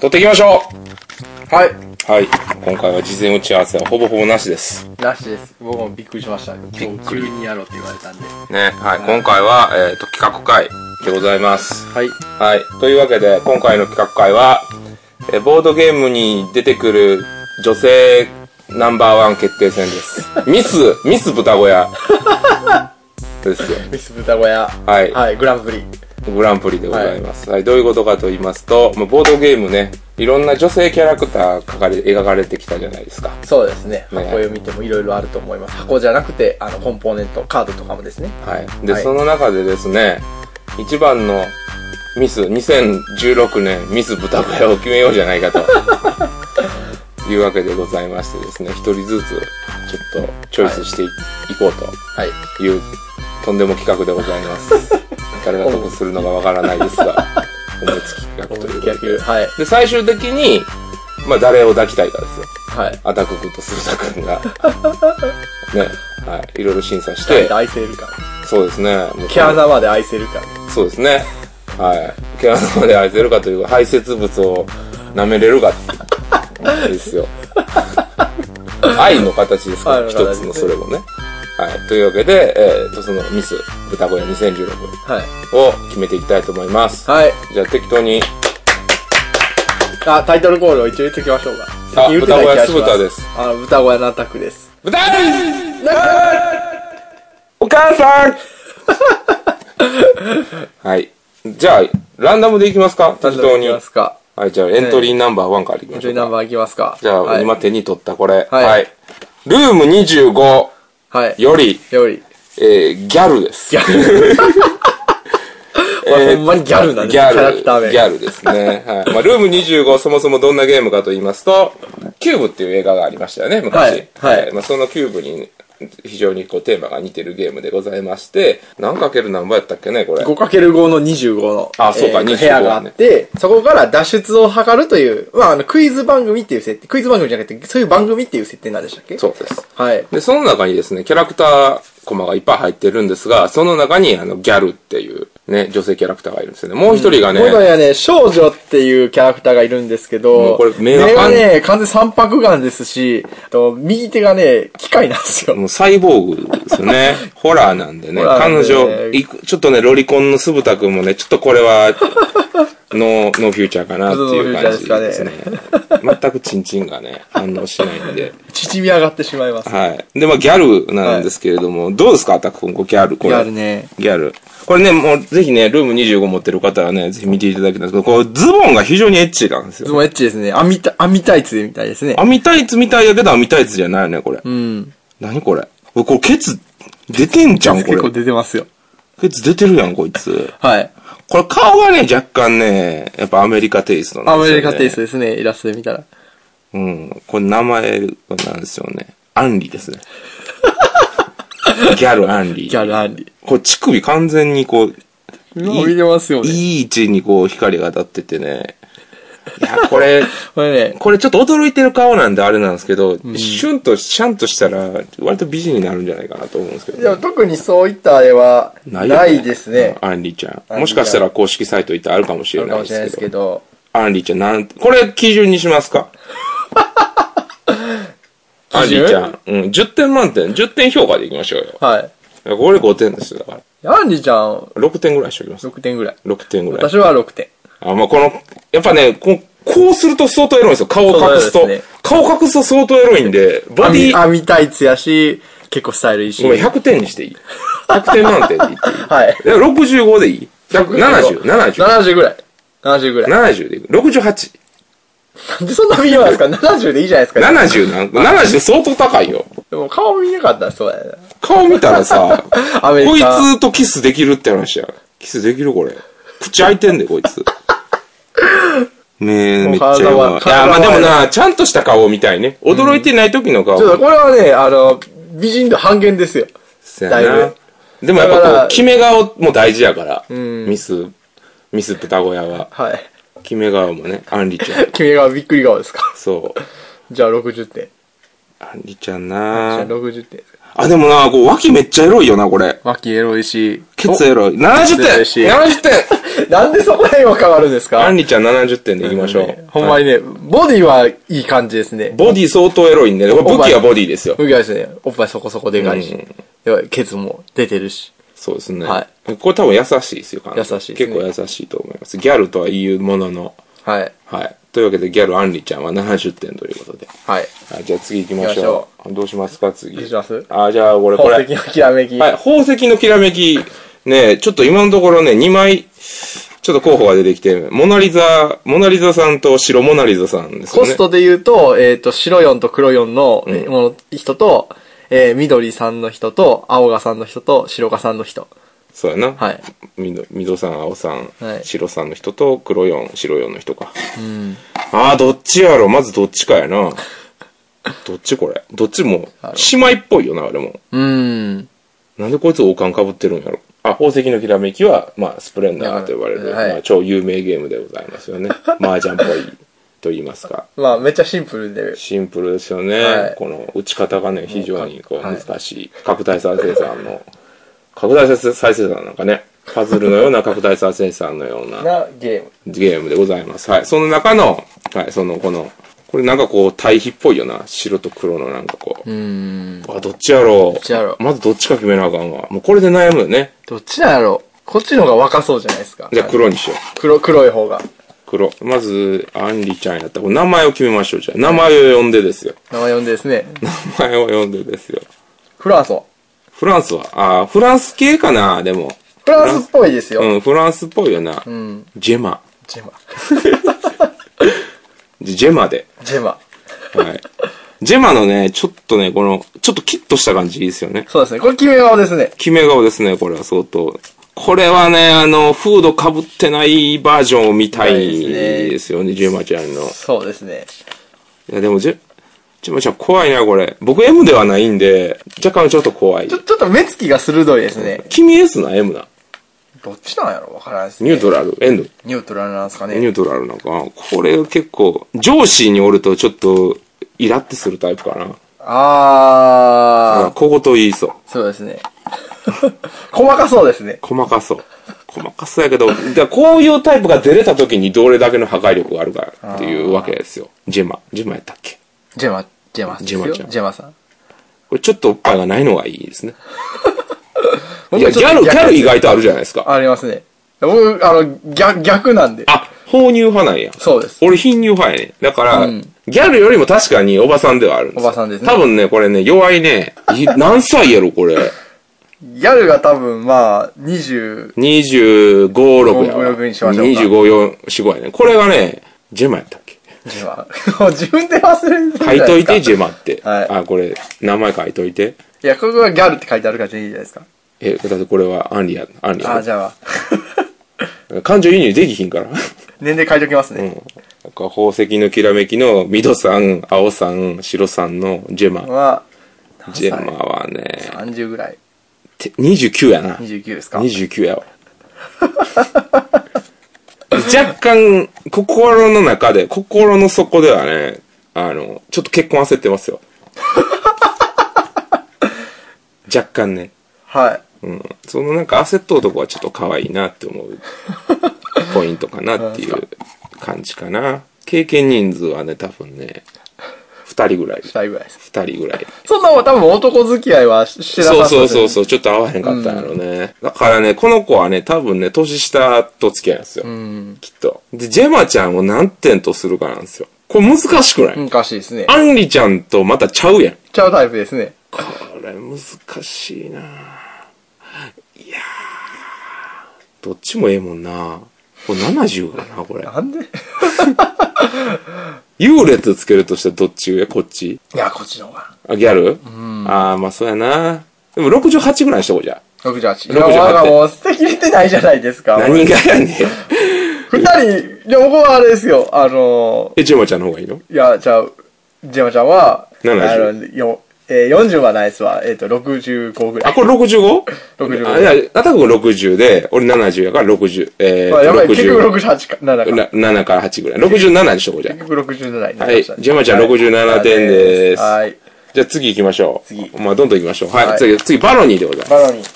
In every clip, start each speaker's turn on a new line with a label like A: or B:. A: 撮っていきましょうはい。はい。今回は事前打ち合わせはほぼほぼなしです。
B: らしいです僕もびっくりしました今日
A: びっく
B: ク
A: り
B: リーンにやろうって言われたんでは
A: ね。はい。今回は、えっ、と、企画会でございます。
B: い
A: はい。というわけで、今回の企画会は、えーボードゲームに出てくる女性ナンバーワン決定戦です。 ミス、ミス豚小屋。 ですよ。
B: ミス豚小屋は
A: はい。
B: はいグランプリ
A: グランプリでございます。はい、どういうことかと言いますと、まあ、ボードゲームね、いろんな女性キャラクター描かれ描かれてきたじゃないですか。
B: そうですね
A: ね
B: 箱読みてもいろいろあると思います箱じゃなくてあのコンポーネントカードとかもですね
A: はい。で、
B: はい
A: その中でですね、一番のミス、2016年ミス豚小屋を決めようじゃないか と。いうわけでございましてですね、一人ずつ、ちょっと、チョイスしてい,、こう
B: はい
A: という、とんでも企画でござい ます。誰が得するのかわからないですが、 思いつき企画ということで。
B: はい
A: で、最終的に、まあ、誰を抱きたいかですよ。
B: はい
A: アタク君とスルタ君 が。ね。はい。いろいろ審査し
B: 誰
A: て
B: で。愛せるか
A: そうですね。もう
B: 毛穴まで愛せるか
A: そうですね。はい。毛穴まで愛せるかという排泄物を舐めれるかっていう。ですよ。愛の形ですか
B: 愛
A: ら、
B: の
A: 一
B: 形
A: つのそれもね。はい。というわけで、えー、と、そのミス、豚小屋2016
B: はい
A: を決めていきたいと思います。
B: はい
A: じゃあ適当に、
B: あタイトルコールを一応言っておきましょうか
A: あ、
B: 先に打て
A: 豚
B: ない
A: 小
B: 気が
A: 屋
B: し
A: 酢
B: ます
A: 豚です。
B: あの豚小屋のアタックです
A: 豚お母さんはい。じゃあ、ランダムでいきますか適当に
B: いき。ますか
A: はい、じゃあエントリーナンバーワンからいきましょう
B: ナンバーいきますか
A: じゃあ、
B: はい
A: 今手に取ったこれ。は。
B: はいい
A: ルーム25
B: はい
A: より、
B: より
A: えー、ギャルです。
B: ギャル。まあほんまにギャルなんです
A: ギャル。
B: キャラクター名。
A: ギャルですね。はい。まあ、ルーム25、そもそもどんなゲームかと言いますと、キューブっていう映画がありましたよね、昔。
B: はいはい
A: まあ、そのキューブに、非常にこうテーマが似てるゲームでございまして、何かける何倍やったっけね、これ。
B: 5×5 の25の、
A: あそうか
B: えー
A: 25
B: 部屋があって、そこから脱出を図るという、まあ、あの、クイズ番組っていう設定、クイズ番組じゃなくて、そういう番組っていう設定なんでしたっけ
A: そうです。
B: はい。
A: で、その中にですね、キャラクターコマがいっぱい入ってるんですが、その中に、あの、ギャルっていう、ね、女性キャラクターがいるんですよね。もう一人がね、
B: 今度はね、少女っていうキャラクターがいるんですけ
A: も
B: ど
A: う、これ目が
B: がね、完全三白眼ですし、と右手がね、機械なんですよ。
A: もうサイボーグですよ ね。ホラーなんでね。
B: ホラーなん
A: 彼
B: でね
A: 女、いくちょっとね、ロリコンの酢豚くんもね、ちょっとこれは、ノー、ノーフューチャーかなっていう感じですね。全くチンチンがね、反応しないんで。
B: 縮み上がってしまいます。
A: はい。で、まあギャルなんですけれども、どうですかアタック君、こうギャル、こ
B: ギ
A: れ。
B: ャル。ね。
A: ギャル。これね、もうぜひね、ルーム25持ってる方はね、ぜひ見ていただきたいんですけど、こう、ズボンが非常にエッチなんです
B: ズ
A: よ。
B: ボンエッチですね。網タ、網タイツでみたいですね。
A: 網タイツみたいやけど、網タイツじゃないよね、これ。
B: うん。
A: 何これ。これ、ケツ、出てんじゃん、こ
B: 結
A: れ
B: 構。出てますよ。
A: ケツ出てるやん、こいつ。
B: はい。
A: これ顔がね、若干ね、やっぱアメリカテイストなん
B: ア
A: です
B: メ
A: よ、ね。
B: リカテイスト
A: ト。
B: ですね、イラストで見たら。
A: うん。これ名前なんですよね。アンリです ね。ギャルアンリ。
B: ギャルアンリ。
A: これ乳首完全にこう、
B: もう見れますよね。
A: いい位置にこう光が当たってて ね。いや、これ、
B: これね、
A: これちょっと驚いてる顔なんであれなんですけど、シュンとシャンとしたら、割と美人になるんじゃないかなと思うんですけどね、
B: でも特にそういったあれは
A: ないよね
B: ないですね。
A: うんアンリちゃん。もしかしたら公式サイト行ってあるかもし
B: あ
A: れ
B: る
A: な
B: か
A: い
B: もしれない
A: で
B: ですす
A: け
B: け
A: ど。
B: ど。
A: アンリちゃん、なん、これ基準にしますかアン
B: 基準
A: リちゃん。うん、10点満点。10点評価でいきましょう
B: はい。
A: よ。これ5点ですよ、だから。
B: アンリちゃん、
A: 6点ぐらいしときます。
B: 6点ぐらい。
A: 6点ぐらい
B: 私。は6点。
A: あ、まあこの、やっぱね、こう、こうすると相当エロいんですよ。顔を隠す
B: そ
A: と。
B: うです
A: 顔隠すと相当エロいんで、バディ、
B: 網網タイツやし、結構スタイルいいし。
A: ごめん、100点にしていい ?100 点満点でいいっていい
B: はい。
A: で65でいい ?70、70。
B: 70ぐらい。70ぐらい。
A: 70でいく。68。
B: なんでそんな見えますか ?70 でいいじゃないですか。
A: 70なん、70相当高いよ。
B: でも顔見なかったらそうやな。
A: 顔見たらさ、
B: アメ
A: こ
B: リ
A: い
B: カ。
A: つとキスできるって話や。キスできるこれ。口開いてんで、こい つ。めめっちゃ
B: 体は
A: 弱い。いや、
B: 体
A: ま
B: は
A: あでもな、ちゃんとした顔みたいね。驚いてない時の顔
B: ち。ょっとこれはね、あの、美人度半減ですよ。
A: そや
B: だい
A: な
B: ぶ。
A: でもやっ
B: だか
A: ぱこう、
B: ら
A: 決め顔も大事やから。ミス、ミス豚小屋は。
B: はい。
A: 決め顔もね、アンリちゃん。
B: 君がびっくり顔ですか
A: そう。
B: じゃあ60点。
A: アンリちゃん
B: じゃ
A: な
B: あ60点。
A: あ、でもな、こう、脇めっちゃエロいよな、これ。
B: 脇エロいし。
A: ケツエロい。70点
B: ケツエ
A: !70 点
B: おなんでそこら辺は変わるんです
A: ア
B: か
A: ンリちゃん70点でいきましょう。
B: ほんまにね、ボディはいい感じですね。
A: ボディ相当エロいんでね、これ武器はボディですよ。
B: 麦はですね、おっぱいそこそこでかいし
A: う。
B: でケツも出てるし。
A: そうですね。
B: は
A: これ多分優しいですよ、彼女
B: 優しいですね
A: 結構優しいと思います。ギャルとは言うものの。
B: はい。
A: はい。というわけで、ギャルアンリちゃんは70点ということで。
B: はい。
A: はい、じゃあ次行きましょう。どうしますか、次。
B: どうします
A: あ、じゃあ俺こ
B: 宝
A: れ。
B: 石のきらめき。
A: はい、宝石のきらめき。ねちょっと今のところね、2枚、ちょっと候補が出てきて、モナリザ、モナリザさんと白モナリザさんですよ
B: コ
A: ね。
B: ストで言うと、えっ、と、白四と黒四の、えーもの人と、えー、緑さんの人と、青がさんの人と、白がさんの人。
A: そうやな。
B: はい。
A: みど、みどさん、青さん、
B: はい
A: 白さんの人と、黒四白四の人か。ああ、どっちやろ。まずどっちかやな。どっちこれ。どっちも、姉妹っぽいよな、あれも。
B: うーん。
A: なんでこいつ王冠かぶってるんやろ。あ、宝石のきらめきは、まあ、スプレンダーと呼ばれる、
B: はい
A: まあ、超有名ゲームでございますよ ね。麻雀っぽいと言いますか。
B: まあ、めっちゃシンプルで。
A: シンプルですよね。
B: はい
A: この打ち方がね、非常にこう
B: はい
A: 難しい。拡大再生産の、拡大再生産なんかね、パズルのような拡大再生産のような
B: なゲーム。
A: ゲームでございます。はい。その中の、はい、その、この、これなんかこう、対比っぽいよな。白と黒のなんかこう。
B: うーん。
A: あ、どっちやろう。ど
B: っちやろう
A: まずどっちか決めなあかんわ。もうこれで悩むよね。
B: どっちなんやろうこっちの方が若そうじゃないですか。
A: じゃあ黒にしよう。
B: 黒、黒い方が。
A: 黒。まず、アンリちゃんやったら、これ名前を決めましょう。じゃあ、名前を呼んでです よ。
B: 名前呼んでですね。
A: 名前を呼んでですよ。
B: フランソ。
A: フランスは、あーフランス系かな、でも。
B: フランスっぽいですよ。
A: うん、フランスっぽいよな。
B: ん
A: ジェマ。
B: ジェマ。
A: ジジェマで。
B: ジェマ。
A: はい。ジェマのね、ちょっとね、この、ちょっとキッとした感じいいですよね。
B: そうですね。これ決め顔ですね。
A: 決め顔ですね、これは相当。これはね、あの、フード被ってないバージョンを見たいですよね、ジェマちゃんの。い
B: そうですね。
A: や、でもジェ、ジェマちゃん怖いな、これ。僕 M ではないんで、若干ちょっと怖い
B: ち。ょ、ちょっと目つきが鋭いですね。
A: 君 S な、M な。
B: どっちなんやろわからんですね。
A: ニュートラル、エンド。
B: ニュートラルなんですかね。
A: ニュートラルなんかなこれ結構、上司におるとちょっと、イラってするタイプかな。あ
B: あー、
A: 小言言いそう。
B: そうですね。 細かそうですね。
A: 細かそう。細かそうやけど、だからこういうタイプが出れた時にどれだけの破壊力があるかっていうわけですよ。ジェマ。ジェマやったっけ
B: ジェマ、ジェマさんですよ。
A: ジェマちゃん
B: ジェマさん。
A: これちょっとおっぱいがないのがいいですね。い
B: 僕
A: や、
B: ち
A: ギ
B: ょっ
A: ャ
B: と
A: ル、ギ
B: 逆
A: ャル意外とあるじゃないですか。
B: ありますね。僕、あの、逆、逆なんで。
A: あ、放乳派なんや。
B: そうです。
A: 俺貧乳派やね。だから、
B: ん
A: ギャルよりも確かにおばさんではあるんですよ
B: おばさんですね
A: 多分ね、これね、弱いね。 い何歳やろ、これ。
B: ギャルが多分、まあ、20、
A: 25、6やわ。
B: 25 6にしましょうか
A: 25、4、4、5やね。これがね、ジェマやったっけ
B: ジェマ。 もう自分で忘れてるじゃな
A: 書いといて、
B: ですか
A: ジェマって。
B: はい
A: あ、これ、名前書いといて。
B: いや、ここはギャルって書いてあるから全然いいじゃないですか。
A: え、だってこれはアンリや、アンリ
B: あー、
A: や。
B: じゃあ、
A: 感情移入できひんから。うん
B: 年齢書いときますね。
A: なんか宝石のきらめきの、ミドさん、青さん、白さんのジェマ。
B: は、
A: ジェマはね、
B: 30ぐらい。
A: て29やな。
B: 29ですか
A: 29やわ。若干、心の中で、心の底ではね、あの、ちょっと結婚焦ってますよ。若干ね。
B: はい。
A: うん。そのなんか焦っとうとこはちょっと可愛いなって 思うポイントかなっていう感じかな。経験人数はね、多分ね、二人ぐらい。
B: 2人ぐらいです。
A: 二人ぐらい。
B: そんなもん多分男付き合いはししてなか
A: そ
B: っ
A: うそう
B: た
A: そう
B: う。
A: そう、ちょっと合わへんかったんやろね。だからね、この子はね、多分ね、年下と付き合いなんですよ。きっと。で、ジェマちゃんを何点とするかなんですよ。これ難しくない、
B: 難しいですね。
A: アンリちゃんとまたちゃうやん。
B: ちゃうタイプですね。
A: これ難しいなぁいやーどっちもええもんなこれ70かな、これ。
B: なんでい
A: 優劣つけるとしたらどっち上こっち
B: や、こっちの方が。
A: あ、ギャルあー、まあそうやなでも68ぐらいにしとこうじゃ68
B: 68。今まだもう捨てきれてないじゃないですか。
A: あ。何がやねん。
B: 二人、でも僕はあれですよ。あの
A: え、ジェマちゃんの方がいいの
B: ー、いや、じゃあ、ジェマちゃんは、
A: 70
B: あのよえー、40はないですわ。えっ、と、65ぐら
A: あ、
B: い。
A: これ 65?
B: 65
A: あ、いや、あたくん60で、俺70やから60、えー、
B: まあ、やばい、結局
A: 60
B: 68か、7か。
A: な7から8ぐらい。67にしとこうじゃん。
B: 結局67になりま
A: はい
B: したね
A: ジェマちゃん67点です
B: はい。
A: じゃあ次行きましょう。
B: 次
A: まあ、どんどん行きましょう。はい。
B: はい
A: 次、次、バロニーでございま
B: バロニー。
A: す。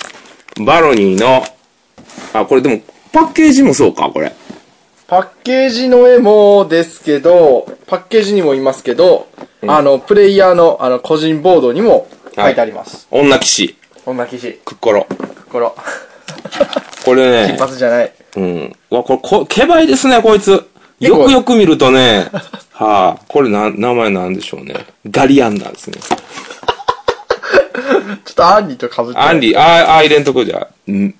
A: バロニーの、あ、これでも、パッケージもそうか、これ。
B: パッケージの絵もですけど、パッケージにもいますけど、あの、プレイヤーの、あの、個人ボードにも書いてあります。
A: 女騎士、
B: こんな記事。
A: クッコロ。
B: これ、
A: これね
B: 一、発じゃない。
A: うん。うわ、これ、こ、ケバいですね、こいつ。よくよく見ると ね、はあ、これな、名前なんでしょうね。ガリアンダーですね。
B: ちょっとアンリと被って。
A: アンリー、ああ、アイレンとこじゃ、ん、ん、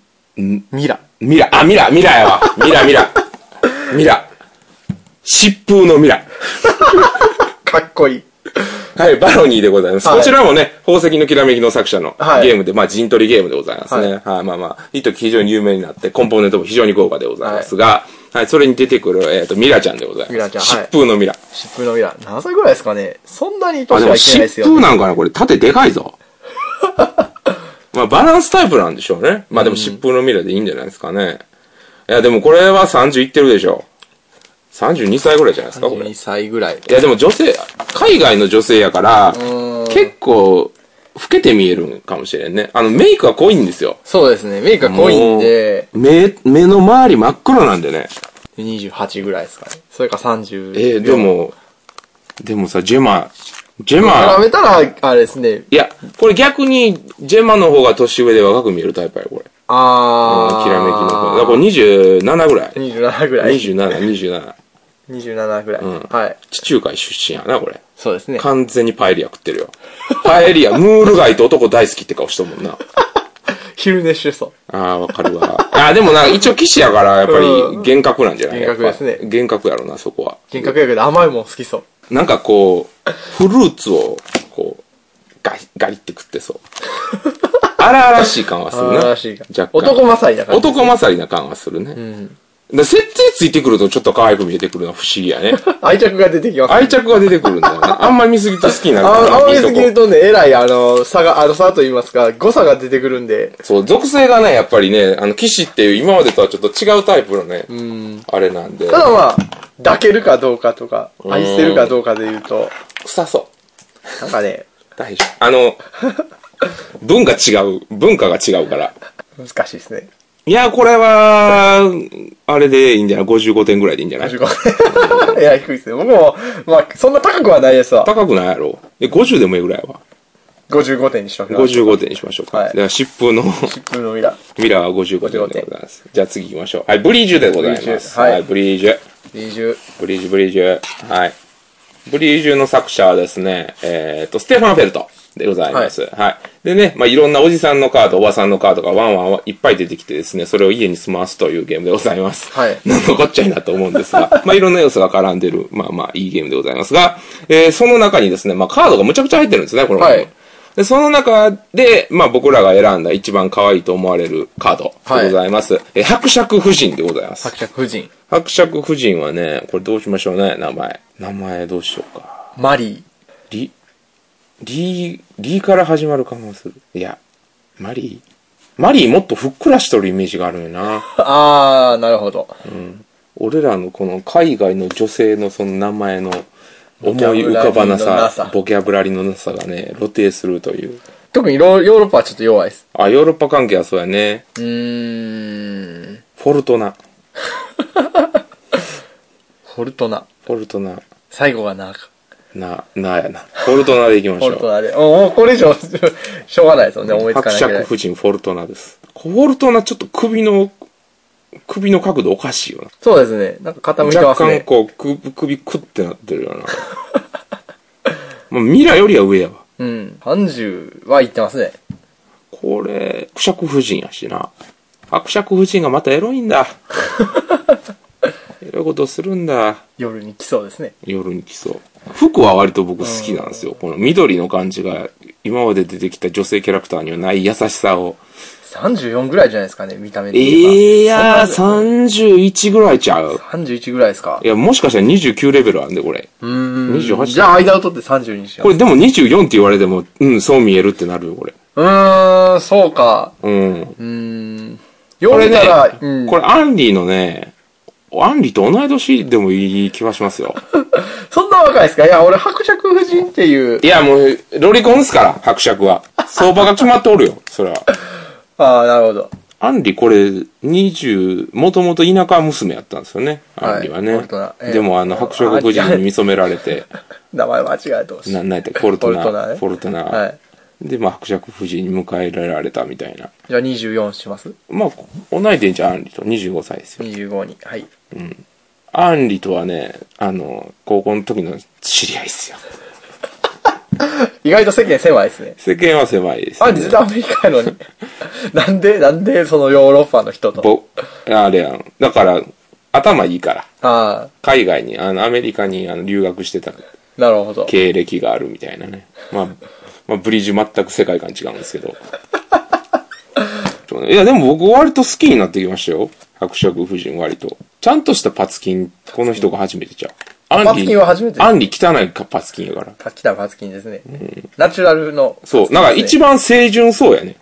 B: ミラ。
A: ミラ、あ、ミラ、ミラやわ。ミラ、ミラ。ミ ラ。疾風のミラ。
B: かっこいい。
A: はい、バロニーでございます。
B: はい
A: こちらもね、宝石のきらめきの作者の
B: はい
A: ゲームで、まあ、陣取りゲームでございますね。はい、まあまあ、一時非常に有名になって、コンポーネントも非常に豪華でございますが、はい、それに出てくる、えっ、と、ミラちゃんでございます。
B: ミラちゃんはい
A: 疾風のミラ。
B: 疾風のミラ。何歳ぐらいですかねそんなに
A: あ、
B: 年
A: で
B: は
A: も、
B: いってないです
A: 疾
B: よ、
A: 風なんかなこれ、縦でかいぞ。 まあ、バランスタイプなんでしょうね。まあ、でも、疾風のミラでいいんじゃないですかね。いや、でも、これは30いってるでしょう。32歳ぐらいじゃないですか、これ。
B: 2歳ぐらい。
A: いやでも女性、海外の女性やから、
B: ん
A: 結構、老けて見えるんかもしれんね。あの、メイクは濃いんですよ。
B: そうですね。メイクが濃いんで、
A: もう。目、目の周り真っ黒なんでね。
B: 28ぐらいですかね。それか30。
A: えー、で。も、でもさ、ジェマ、ジェ
B: 比
A: マ、
B: べたら、あれですね。
A: いや、これ逆に、ジェマの方が年上で若く見えるタイプやよ、これ。
B: あー。
A: きらめきの方。だからこれ27ぐらい。
B: 27ぐらい。
A: 27、27。
B: 27ぐらい。はい。
A: 地中海出身やな、これ。
B: そうですね。
A: 完全にパエリア食ってるよ。パエリア、ムール貝と男大好きって顔したもんな。
B: 昼寝してそう。
A: ああ、わかるわ。 ああ、でもなんか一応騎士やから、やっぱり
B: うん
A: 幻覚なんじゃない
B: 幻覚
A: やっぱ
B: ですね
A: 幻覚やろな、そこは。
B: 幻覚やけど甘いもん好きそう。
A: なんかこう、フルーツを、こう、ガリ、ガリって食って そう。荒々しい感はするな。
B: 荒々しい感
A: 若干。
B: 男勝りな感じ
A: 男勝りな感はするね。で設定ついてくるとちょっと可愛く見えてくるのは不思議 やね。
B: 愛着が出てきます。
A: 愛着が出てくるんだよな。あんま見すぎと好きになるから
B: あ
A: な
B: 青
A: いい
B: い
A: と
B: す
A: こ
B: ぎるとね、えらい、あの、差が、 あの、差と言いますか、誤差が出てくるんで、
A: そう、属性がね、やっぱりね、あの、騎士っていう今までとはちょっと違うタイプのね、あれなんで。
B: ただまあ、抱けるかどうかとか、愛せるかどうかで言うと、
A: 臭そう。
B: なんかね、
A: 大丈夫。あの、文が違う。文化が違うから。
B: 難しいですね。
A: いや、これは、あれでいいんじゃない ?55 点ぐらいでいいんじゃない
B: 55 いや、低いですね。僕も、まあ、そんな高くはないですわ。
A: 高くないやろえ、50でもいいぐらいは。
B: 55点にしときます。
A: 55点にしましょうか。
B: はい
A: では、疾風の
B: 10分のミラ。
A: ミラーは55点でございます。じゃあ次行きましょう。はい、ブリージュでござい
B: ブリ
A: ま
B: ージ
A: す。
B: ュはい
A: はい、ブリージュ。
B: 20。
A: ブリージュ、ブリージュ。はい。ブリージュの作者はですね、えっ、と、ステファン・フェルトでございます。はい。でね、まあ、いろんなおじさんのカード、おばさんのカードがワンワンはいっぱい出てきてですね、それを家に住ますというゲームでございます。
B: はい
A: なんのこっちゃいなと思うんですが、 まあ、いろんな要素が絡んでる、まあまあ、いいゲームでございますが、えーその中にですね、まあ、カードがむちゃくちゃ入ってるんですね、このゲーム
B: はい
A: で、その中で、まあ僕らが選んだ一番可愛いと思われるカードでございます。えー伯爵夫人でございます。
B: 伯爵夫人。
A: 伯爵夫人はね、これどうしましょうね、名前。名前どうしようか。
B: マリ
A: リ、リー、リーから始まる可能性いや、マリーマリーもっとふっくらしとるイメージがあるよな。
B: ー。あー、なるほど。
A: 俺らのこの海外の女性のその名前の思い浮かばなさ、ボキャブラリーのなさがね、露呈するという。
B: 特にロヨーロッパはちょっと弱いです。
A: あ、ヨーロッパ関係はそうやね。
B: うーん。
A: フォルトナ。
B: フォルトナ。
A: フォルトナ。
B: 最後がなか。
A: な、なやな。フォルトナでいきまし
B: フ
A: ょ
B: ォル
A: う
B: ト。ナで。もうこれ以上、 しょうがないですよね。思いつか
A: 伯
B: ないぐら
A: 爵
B: い。
A: 夫人フォルトナです。フォルトナちょっと首の、首の角度おかしいよな。
B: そうですね。なんか傾いてま
A: 若
B: す
A: 干
B: ね。
A: こう、首、首クってなってるよな。 まあ、ミラよりは上やわ。
B: うん。30はいってますね。
A: これ、伯爵夫人やしな。伯爵夫人がまたエロいん だ。エロいことするんだ。
B: 夜に来そうですね。
A: 夜に来そう。服は割と僕好きなんですよ。この緑の感じが、今まで出てきた女性キャラクターにはない優しさを。
B: 34ぐらいじゃないですかね、見た目で言え
A: いやー、31ぐらいちゃう
B: ば。。31ぐらいですか
A: い。や、もしかしたら29レベルあんで、これ。
B: うーん。
A: 28
B: じゃあ間を取って32にしよ
A: こ
B: う。
A: れでも24って言われても、うん、そう見えるってなるよ、これ。
B: うーん、そうか。
A: うん。
B: うーん。
A: こ
B: 読
A: れ
B: め
A: ね
B: たら、う、ん。
A: これアンディのね、アンリと同い年でもいい気はしますよ。
B: そんな若いですかいや、俺、伯爵夫人っていう
A: い。や、もう、ロリコンっすから、伯爵は。相場が決まっておるよ、それは。
B: ああ、なるほど。
A: アンリこれ、20、もともと田舎娘やったんですよね、
B: はい
A: アンリはね
B: ポルトナ。ええ
A: でも、あの、白色黒人に見初められて、
B: 名前間違えてほしい。
A: ななんやったっけポルトナ、
B: ポルトナね
A: ポルトナ
B: はい。
A: で、まあ、伯爵夫人に迎えられたみたいな。
B: じゃあ24します
A: まあ、同い年じゃん、アンリと。25歳ですよ。
B: ?25 に。はい。
A: アンリとはね、あの、高校の時の知り合いっすよ。
B: 意外と世間狭いですね。
A: 世間は狭いです、
B: あ、実はアメリカや のに。なんで、なんでそのヨーロッパの人と。
A: ぼ、あれやん。だから、頭いいから。
B: あ
A: 海外に、あの、アメリカにあの留学してた
B: あ、なるほど。
A: 経歴があるみたいなね。まあ、まあ、ブリッジ全く世界観違うんですけど。 そうねいや、でも僕割と好きになってきましたよ。伯爵夫人割と。ちゃんとしたパツキン、この人が初めてちゃう。アンリ
B: パツキンは初めて
A: アンリ汚いかパツキンやから。
B: パキタパツキンですね。ナチュラルの。
A: そう。なんか一
B: 番。
A: 番清純そうやね。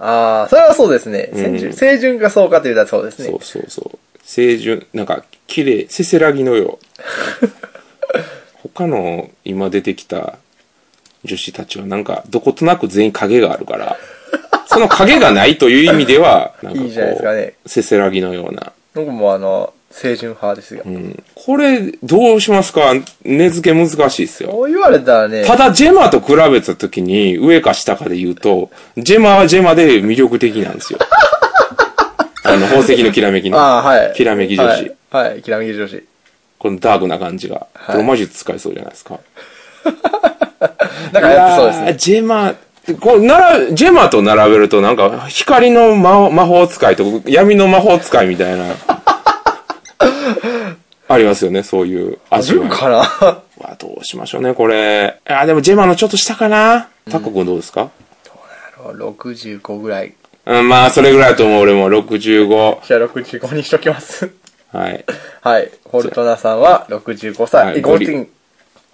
B: ああ、それはそうですね。清純。清純かそうかと言うたらそうです
A: そ
B: ね
A: う。そうそう。清純、なんか、綺麗、せせらぎのよう。 他の今出てきた女子たちはなんか、どことなく全員影があるから、その影がないという意味で は、なんかこう
B: いいじゃないですかね
A: せせらぎのような。
B: 僕もあの、清純派ですよ。
A: うんこれ、どうしますか根付け難しいですよ。
B: こう言われたらね、
A: ただ、ジェマと比べた時に、上か下かで言うと、ジェマはジェマで魅力的なん ですよ。あの、宝石のきらめきの。
B: ああ、はい。
A: きらめき女子
B: はい。はい、きらめき女子。
A: このダークな感じが。
B: い
A: ロマ術使えそうじゃないですか。
B: なんかやってそうです
A: いや
B: ね。
A: ージェマ、こう、なら、ジェマと並べるとなんか、光の魔法魔法使いと闇の魔法使いみたい な。ありますよね、そういう味
B: 自
A: わ
B: 分
A: い。
B: か な
A: うわどうしましょうね、これ。あ、でもジェマのちょっと下かな。タッコ君どうですか、
B: 65ぐらい。
A: うん、まあ、それぐらいだと思う、俺も。65。
B: じゃあ65にしときます。
A: はい。
B: はい。ホルトナさんは65
A: は
B: 歳。
A: い
B: え、5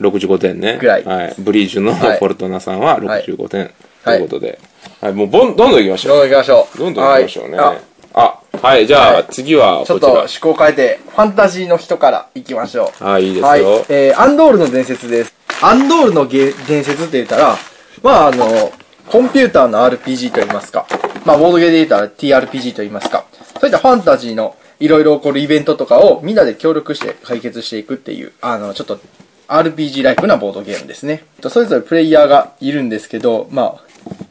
A: 65点ね。
B: ぐらい
A: はい。ブリージュの
B: はい
A: フォルトナさんは65点。
B: はい
A: ということで。はい、もうぼん、どんどん行きましょう。
B: どんどん行きましょう。
A: どんどん行きましょうね。
B: はい
A: あ、はい、じゃあ、
B: はい
A: 次は
B: あち
A: こ
B: ょっ
A: ち
B: と
A: ら
B: 思。考変えて、ファンタジーの人から行きましょう。
A: はいいいですよ
B: はい。えー、アンドールの伝説です。アンドールのげ伝説って言ったら、まああの、コンピューターの RPG と言いますか、まあボードゲーで言ったら TRPG と言いますか、そういったファンタジーのいろいろ起こるイベントとかをみんなで協力して解決していくっていう、あの、ちょっと RPG ライフなボードゲームですね。とそれぞれプレイヤーがいるんですけど、まあ、